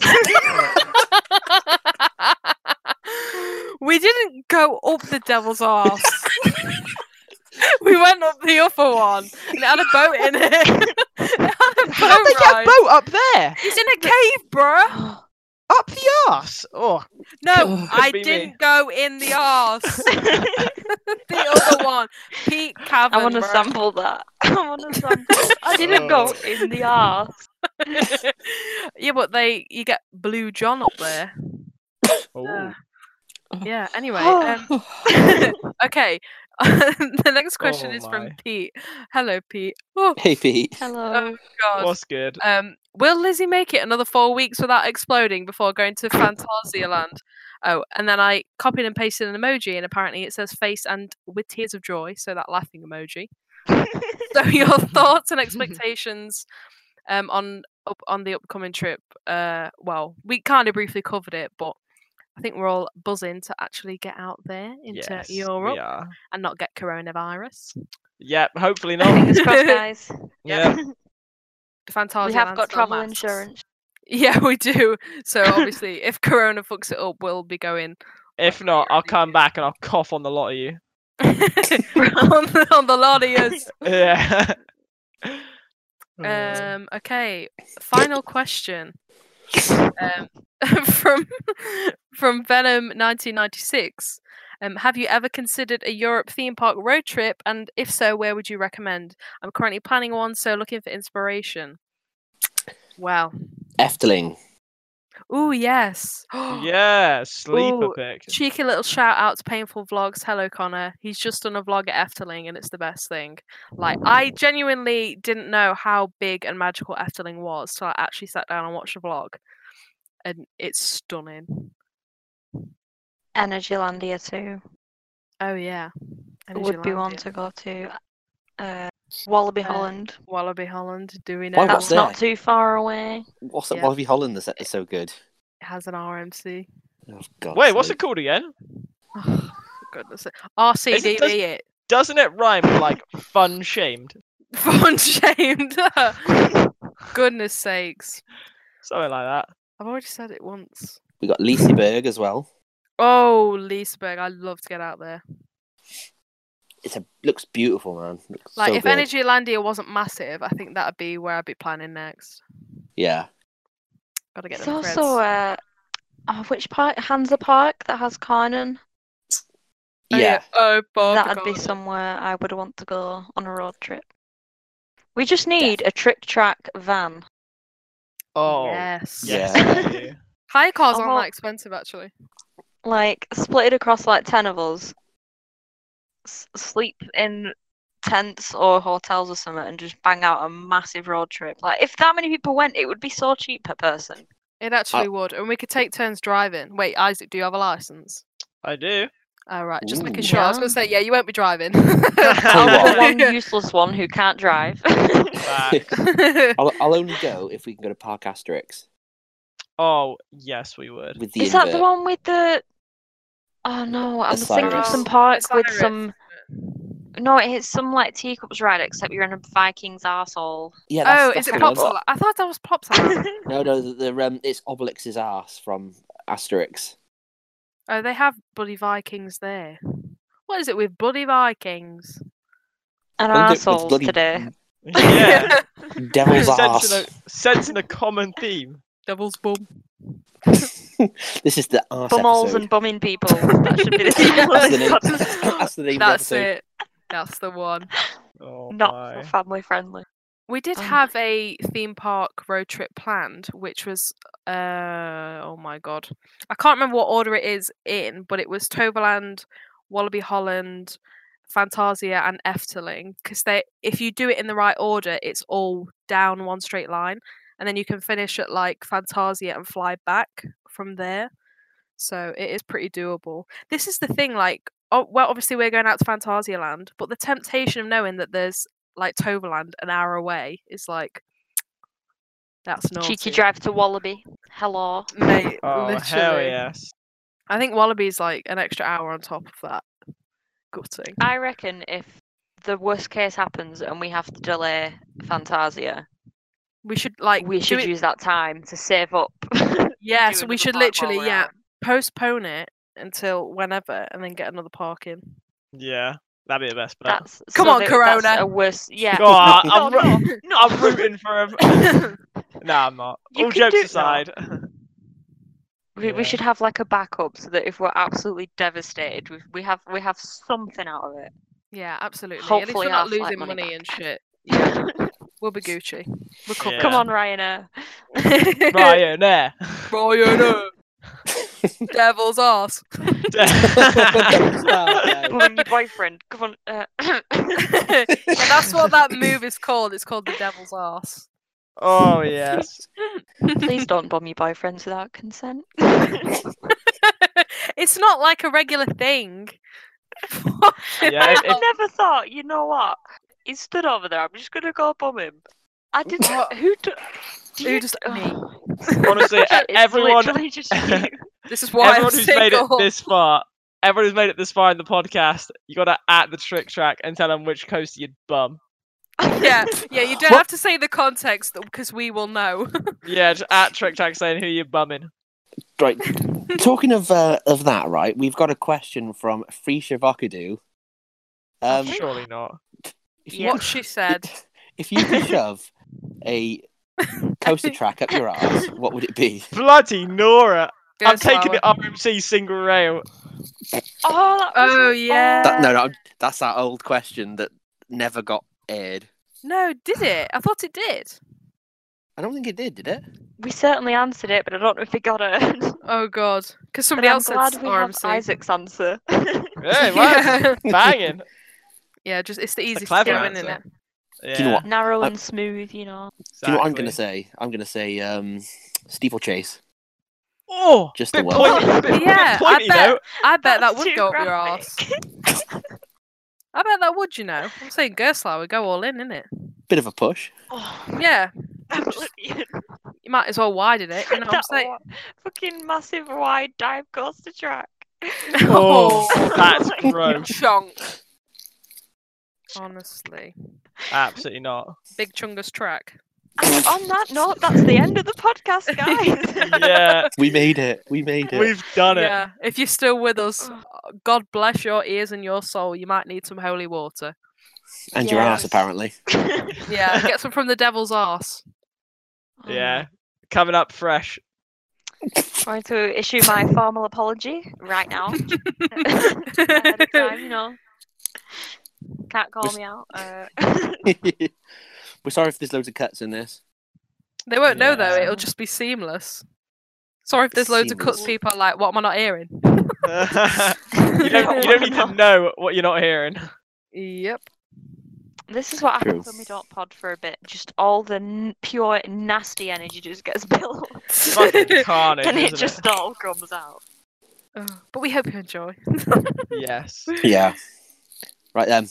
Speaker 2: we didn't go up the devil's arse. we went up the upper one, and it had a boat in it. it had a boat
Speaker 3: how they get a
Speaker 2: ride.
Speaker 3: boat up there,
Speaker 2: It's in a cave, bruh.
Speaker 3: up the arse. Oh,
Speaker 2: No,
Speaker 1: Ugh.
Speaker 2: I
Speaker 3: Could be me.
Speaker 2: didn't go in the arse. the other one, Pete Cavern.
Speaker 4: I want to
Speaker 2: bruh.
Speaker 4: sample that. I want to sample. I didn't go
Speaker 3: Oh.
Speaker 4: in the arse.
Speaker 2: yeah, but they you get Blue John up there.
Speaker 3: oh.
Speaker 2: Yeah. Anyway, um, okay. the next question
Speaker 3: Oh
Speaker 2: is from
Speaker 3: my.
Speaker 2: Pete. Hello, Pete. Oh
Speaker 1: Hey Pete.
Speaker 4: Hello.
Speaker 2: God.
Speaker 3: What's good?
Speaker 2: Um, will Lizzie make it another four weeks without exploding before going to Fantasialand? Oh, and then I copied and pasted an emoji, and apparently it says face and with tears of joy, so that laughing emoji.
Speaker 3: Oh.
Speaker 2: so your thoughts and expectations um, on up, on the upcoming trip? Uh, well, we kind of briefly covered it, but I think we're all buzzing to actually get out there into
Speaker 3: yes,
Speaker 2: Europe
Speaker 3: We are.
Speaker 2: and not get coronavirus.
Speaker 3: Yep, hopefully not.
Speaker 4: Fingers crossed, guys.
Speaker 3: yeah.
Speaker 2: Fantasia
Speaker 4: we have got travel insurance.
Speaker 2: Yeah, we do. So obviously, if Corona fucks it up, we'll be going
Speaker 3: If not, I'll come back and I'll cough on the lot of you.
Speaker 2: on, the, on the lot of us.
Speaker 3: Yeah. Uh,
Speaker 2: Um, okay, final question um, from from Venom 1996. Um, have you ever considered a Europe theme park road trip, and if so, where would you recommend? I'm currently planning one, so looking for inspiration. Wow.
Speaker 1: Efteling.
Speaker 2: Oh yes.
Speaker 3: yeah, sleeper
Speaker 2: Ooh,
Speaker 3: pick.
Speaker 2: Cheeky little shout out to Painful Vlogs. Hello, Connor. He's just done a vlog at Efteling and it's the best thing. Like, I genuinely didn't know how big and magical Efteling was till I actually sat down and watched the vlog. And it's stunning.
Speaker 4: Energylandia too
Speaker 2: Oh, yeah.
Speaker 4: would be one
Speaker 2: Energylandia.
Speaker 4: to go to. Uh, Wallaby
Speaker 2: Uh,
Speaker 4: Holland.
Speaker 2: Wallaby Holland. Do we know
Speaker 1: Why
Speaker 2: that
Speaker 1: what's
Speaker 4: That's
Speaker 2: one?
Speaker 4: not too far away.
Speaker 1: What's that
Speaker 2: Yeah.
Speaker 1: Wallaby Holland that's that's so good?
Speaker 2: It has an RMC?
Speaker 1: Oh, God,
Speaker 3: Wait, what's it called again?
Speaker 2: Oh, goodness. RCDB
Speaker 3: does-
Speaker 2: it.
Speaker 3: Doesn't it rhyme with like fun shamed?
Speaker 2: Von shamed. goodness sakes.
Speaker 3: Something like that.
Speaker 2: I've already said it once.
Speaker 1: We got Liseberg as well.
Speaker 2: Oh, Liseberg, I'd love to get out there.
Speaker 1: It's a looks beautiful, man. Looks
Speaker 2: Like,
Speaker 1: so
Speaker 2: if
Speaker 1: good.
Speaker 2: Energylandia wasn't massive, I think that'd be where I'd be planning next.
Speaker 1: Yeah.
Speaker 2: Gotta get
Speaker 4: It's
Speaker 2: them
Speaker 4: also
Speaker 2: creds.
Speaker 4: uh, oh, which part? Hansa Park that has Carnon.
Speaker 2: Oh,
Speaker 1: Yeah.
Speaker 2: Oh, Bob.
Speaker 4: That'd be somewhere I would want to go on a road trip. We just need a trick track van.
Speaker 3: Oh.
Speaker 2: Yes.
Speaker 3: Yes.
Speaker 1: Yeah.
Speaker 3: we do.
Speaker 2: Hire cars aren't
Speaker 4: Although-
Speaker 2: that expensive, actually.
Speaker 4: Like split it across like ten of us. S- sleep in tents or hotels or something, and just bang out a massive road trip. Like if that many people went, it would be so cheap per person.
Speaker 2: It actually would. And we could take turns driving. Wait, Isaac, do you have a license?
Speaker 3: I do.
Speaker 2: Oh, right. Just making
Speaker 1: Ooh.
Speaker 2: sure. I was going to
Speaker 4: Yeah.
Speaker 2: say, yeah, you won't be driving.
Speaker 1: what?
Speaker 4: The one useless one who can't drive.
Speaker 3: Fact.
Speaker 1: I'll, I'll only go if we can go to Park Asterix
Speaker 3: oh, yes, we would.
Speaker 1: with the
Speaker 4: Is that the
Speaker 1: invert.
Speaker 4: one with the? Oh no, I'm thinking of
Speaker 1: Osiris.
Speaker 4: some park
Speaker 2: It's
Speaker 4: with
Speaker 2: Iris,
Speaker 4: some. No, it's some like teacups ride, except you're in a Viking's arsehole.
Speaker 1: Yeah, that's,
Speaker 2: Oh,
Speaker 1: that's
Speaker 2: is it
Speaker 1: the one.
Speaker 2: Pops? I thought that was Pops.
Speaker 1: No, no, the, the um, it's Obelix's ass from Asterix.
Speaker 2: Oh, they have bloody Vikings there. What is it with bloody Vikings?
Speaker 4: An
Speaker 1: Don't get- with
Speaker 4: arsehole
Speaker 1: bloody
Speaker 4: today.
Speaker 3: Yeah.
Speaker 1: Devil's
Speaker 3: sensing,
Speaker 1: ass.
Speaker 3: a, sensing a common theme.
Speaker 2: Devil's bum.
Speaker 1: This is the ass
Speaker 4: Bumholes
Speaker 1: episode.
Speaker 4: and bumming people. That should be the title
Speaker 1: That's
Speaker 4: of
Speaker 1: the name.
Speaker 4: this podcast.
Speaker 1: that's the name of the
Speaker 2: That's
Speaker 1: episode.
Speaker 2: it. That's the one.
Speaker 3: Oh,
Speaker 4: Not
Speaker 3: my.
Speaker 4: so family friendly.
Speaker 2: We did
Speaker 4: Oh.
Speaker 2: have a theme park road trip planned, which was uh oh my god. I can't remember what order it is in, but it was Toverland, Wallaby Holland, Fantasia and Efteling because they if you do it in the right order, it's all down one straight line and then you can finish at like Fantasia and fly back from there. So it is pretty doable. This is the thing like oh, well obviously we're going out to Fantasia Land, but the temptation of knowing that there's like Toverland an hour away is like that's naughty.
Speaker 4: Cheeky drive to Wallaby. Hello.
Speaker 2: Mate,
Speaker 3: Oh, hell
Speaker 2: literally.
Speaker 3: yes.
Speaker 2: I think Wallaby's like an extra hour on top of that. Gutting.
Speaker 4: I reckon if the worst case happens and we have to delay Fantasia,
Speaker 2: We should like
Speaker 4: we
Speaker 2: do
Speaker 4: should
Speaker 2: it-
Speaker 4: use that time to save up. Do
Speaker 2: Yeah, so we
Speaker 4: another
Speaker 2: should
Speaker 4: park while
Speaker 2: literally
Speaker 4: we're
Speaker 2: yeah
Speaker 4: out.
Speaker 2: postpone it until whenever and then get another park in.
Speaker 3: Yeah, that'd be the best bet.
Speaker 4: That's
Speaker 2: Come
Speaker 4: so
Speaker 2: on,
Speaker 4: that-
Speaker 2: Corona.
Speaker 4: That's a worse. Yeah.
Speaker 3: Oh, I-
Speaker 4: No,
Speaker 3: I'm, ru-
Speaker 4: no, no.
Speaker 3: I'm rooting for him. nah, I'm not.
Speaker 4: You
Speaker 3: All
Speaker 4: can
Speaker 3: jokes
Speaker 4: do- no.
Speaker 3: aside.
Speaker 4: We,
Speaker 3: Yeah.
Speaker 4: we should have like a backup so that if we're absolutely devastated, we, we have we have something out of it.
Speaker 2: yeah, absolutely. At least
Speaker 4: Hopefully
Speaker 2: we're not
Speaker 4: our flight
Speaker 2: losing
Speaker 4: money
Speaker 2: money
Speaker 4: back.
Speaker 2: and shit. Yeah. we'll be Gucci. We're
Speaker 3: Yeah.
Speaker 2: covered.
Speaker 4: Come on, Ryanair.
Speaker 3: Ryanair.
Speaker 2: Ryanair. Devil's ass.
Speaker 4: Come on, your boyfriend. Come on. Uh...
Speaker 2: yeah, that's what that move is called. It's called the devil's ass.
Speaker 3: oh yes.
Speaker 4: Please don't bomb your boyfriends without consent.
Speaker 2: it's not like a regular thing.
Speaker 3: Yeah. If,
Speaker 4: I never thought. You know what? He stood over there. I'm just gonna go bomb him. I didn't. who do, do
Speaker 2: Who
Speaker 4: you-
Speaker 2: just-
Speaker 4: oh,
Speaker 2: me.
Speaker 3: if, honestly, e-
Speaker 4: it's
Speaker 3: everyone,
Speaker 4: literally just you.
Speaker 2: This is why
Speaker 3: everyone
Speaker 2: I'm
Speaker 3: who's
Speaker 2: single.
Speaker 3: made it this far, everyone who's made it this far in the podcast, you gotta at the trick track and tell them which coaster you'd bum.
Speaker 2: yeah, yeah. You don't
Speaker 1: What?
Speaker 2: have to say the context because we will know.
Speaker 3: Yeah, just at trick track saying who you're bumming.
Speaker 1: Right. Talking of uh, of that, right? We've got a question from Free Shivakadu. Um,
Speaker 3: Surely not.
Speaker 1: if you-
Speaker 4: Yeah.
Speaker 2: What she said.
Speaker 1: If you could shove a coaster track up your ass, what would it be?
Speaker 3: Bloody Nora! I'm
Speaker 2: Goes
Speaker 3: taking the
Speaker 2: lower.
Speaker 3: RMC single rail.
Speaker 4: Oh, that was
Speaker 2: Oh yeah.
Speaker 1: That, no, no, that's that old question that never got aired.
Speaker 2: No, did it? I thought it did.
Speaker 1: I don't think it did, did it?
Speaker 4: We certainly answered it, but I don't know if we got it. And
Speaker 2: Oh god, because somebody
Speaker 4: I'm
Speaker 2: else said
Speaker 4: glad we have
Speaker 2: RMC.
Speaker 4: Isaac's answer.
Speaker 3: Hey, what?
Speaker 2: yeah.
Speaker 3: Banging.
Speaker 2: yeah, just it's the easiest to
Speaker 3: clever
Speaker 2: go in, isn't it?
Speaker 3: answer. Yeah,
Speaker 1: Do you know what?
Speaker 4: Narrow
Speaker 1: I-
Speaker 4: and smooth, you know.
Speaker 1: Do you know what I'm going
Speaker 3: exactly.
Speaker 1: to say? I'm going to say um, steeplechase.
Speaker 3: Oh,
Speaker 1: Just the
Speaker 3: bit
Speaker 1: word.
Speaker 3: pointy, bit,
Speaker 2: Yeah,
Speaker 3: bit pointy
Speaker 2: I bet-
Speaker 3: though.
Speaker 2: I bet
Speaker 4: That's
Speaker 2: that would
Speaker 4: too
Speaker 2: go up your
Speaker 4: graphic.
Speaker 2: ass. I bet that would, you know. I'm saying Gerslauer, go all in, innit?
Speaker 1: Bit of a push.
Speaker 4: Oh,
Speaker 2: Yeah,
Speaker 4: Oblivion.
Speaker 2: you might as well widen it. You know what I'm
Speaker 4: That
Speaker 2: saying?
Speaker 4: wa- fucking massive wide dive coaster track.
Speaker 3: Oh,
Speaker 2: Oh.
Speaker 3: that's gross.
Speaker 2: Chonk. Honestly,
Speaker 3: Absolutely not.
Speaker 2: big chungus track.
Speaker 4: And on that note, that's the end of the podcast, guys.
Speaker 3: Yeah,
Speaker 1: We made it. We made it.
Speaker 3: we've done it.
Speaker 2: Yeah, if you're still with us,
Speaker 4: Oh.
Speaker 2: God bless your ears and your soul. You might need some holy water.
Speaker 1: and your ass,
Speaker 4: Yes.
Speaker 1: apparently.
Speaker 2: Yeah, get some from the devil's arse.
Speaker 3: Yeah, coming up fresh.
Speaker 4: I'm going to issue my formal apology right now. Ahead of time, you know. Can't call me out. Uh,
Speaker 1: We're sorry if there's loads of cuts in this.
Speaker 2: They won't know though.
Speaker 3: Yeah.
Speaker 2: It'll just be seamless. Sorry if there's loads of cuts.
Speaker 1: Seamless.
Speaker 2: People are like, "What am I not hearing?"
Speaker 3: you, don't, you don't need to know what you're not hearing.
Speaker 2: Yep.
Speaker 4: this is what happens
Speaker 1: True.
Speaker 4: when we don't pod for a bit. Just all the n- pure nasty energy just gets built,
Speaker 3: Fucking carnage,
Speaker 4: and it
Speaker 3: isn't
Speaker 4: just all comes out.
Speaker 2: Ugh, but we hope you enjoy.
Speaker 3: Yes.
Speaker 1: Yeah. Right then.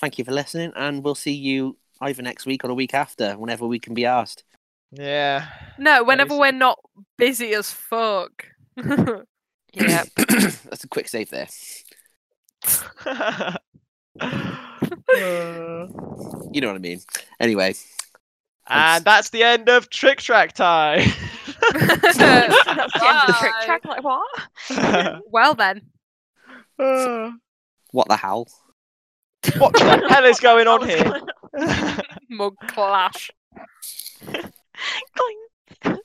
Speaker 1: Thank you for listening, and we'll see you either next week or the week after, whenever we can be asked.
Speaker 3: Yeah.
Speaker 2: No, whenever
Speaker 3: Amazing.
Speaker 2: we're not busy as fuck.
Speaker 4: Yeah.
Speaker 1: That's a quick save there.
Speaker 3: Uh,
Speaker 1: You know what I mean. Anyway,
Speaker 3: and that's the end of Trick Track time.
Speaker 4: That's the end of the trick
Speaker 2: Bye.
Speaker 4: track. Like what?
Speaker 2: well then.
Speaker 3: what
Speaker 1: what the hell?
Speaker 3: the hell is going
Speaker 4: That
Speaker 3: on
Speaker 4: was
Speaker 3: here?
Speaker 4: gonna-
Speaker 2: Mug clash.
Speaker 4: Cling.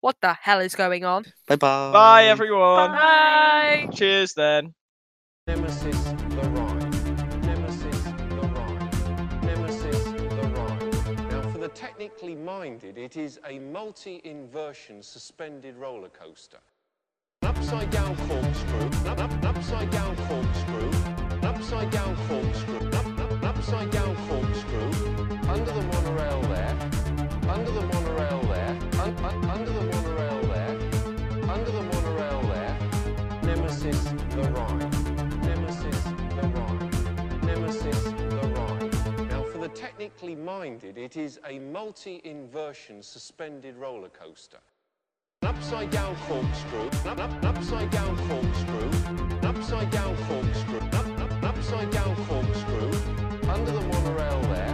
Speaker 2: what the hell is going on?
Speaker 1: Bye bye.
Speaker 3: Bye, everyone.
Speaker 2: Bye.
Speaker 3: Cheers, then.
Speaker 6: Nemesis the Rhine. Nemesis the Rhine. Nemesis the Rhine. Now, for the technically minded, it is a multi inversion suspended roller coaster. An upside down corkscrew, an, up, an upside down corkscrew, an upside down corkscrew, an, up, an upside down corkscrew, under the monorail there, under the monorail there, un, un, under the monorail there, under the monorail there, Nemesis the Rhine, Nemesis the Rhine, Nemesis the Rhine. Now, for the technically minded, it is a multi inversion suspended roller coaster. An upside down corkscrew, an, up, an upside down corkscrew, an upside down corkscrew, an, up, an upside down corkscrew, under the monorail there,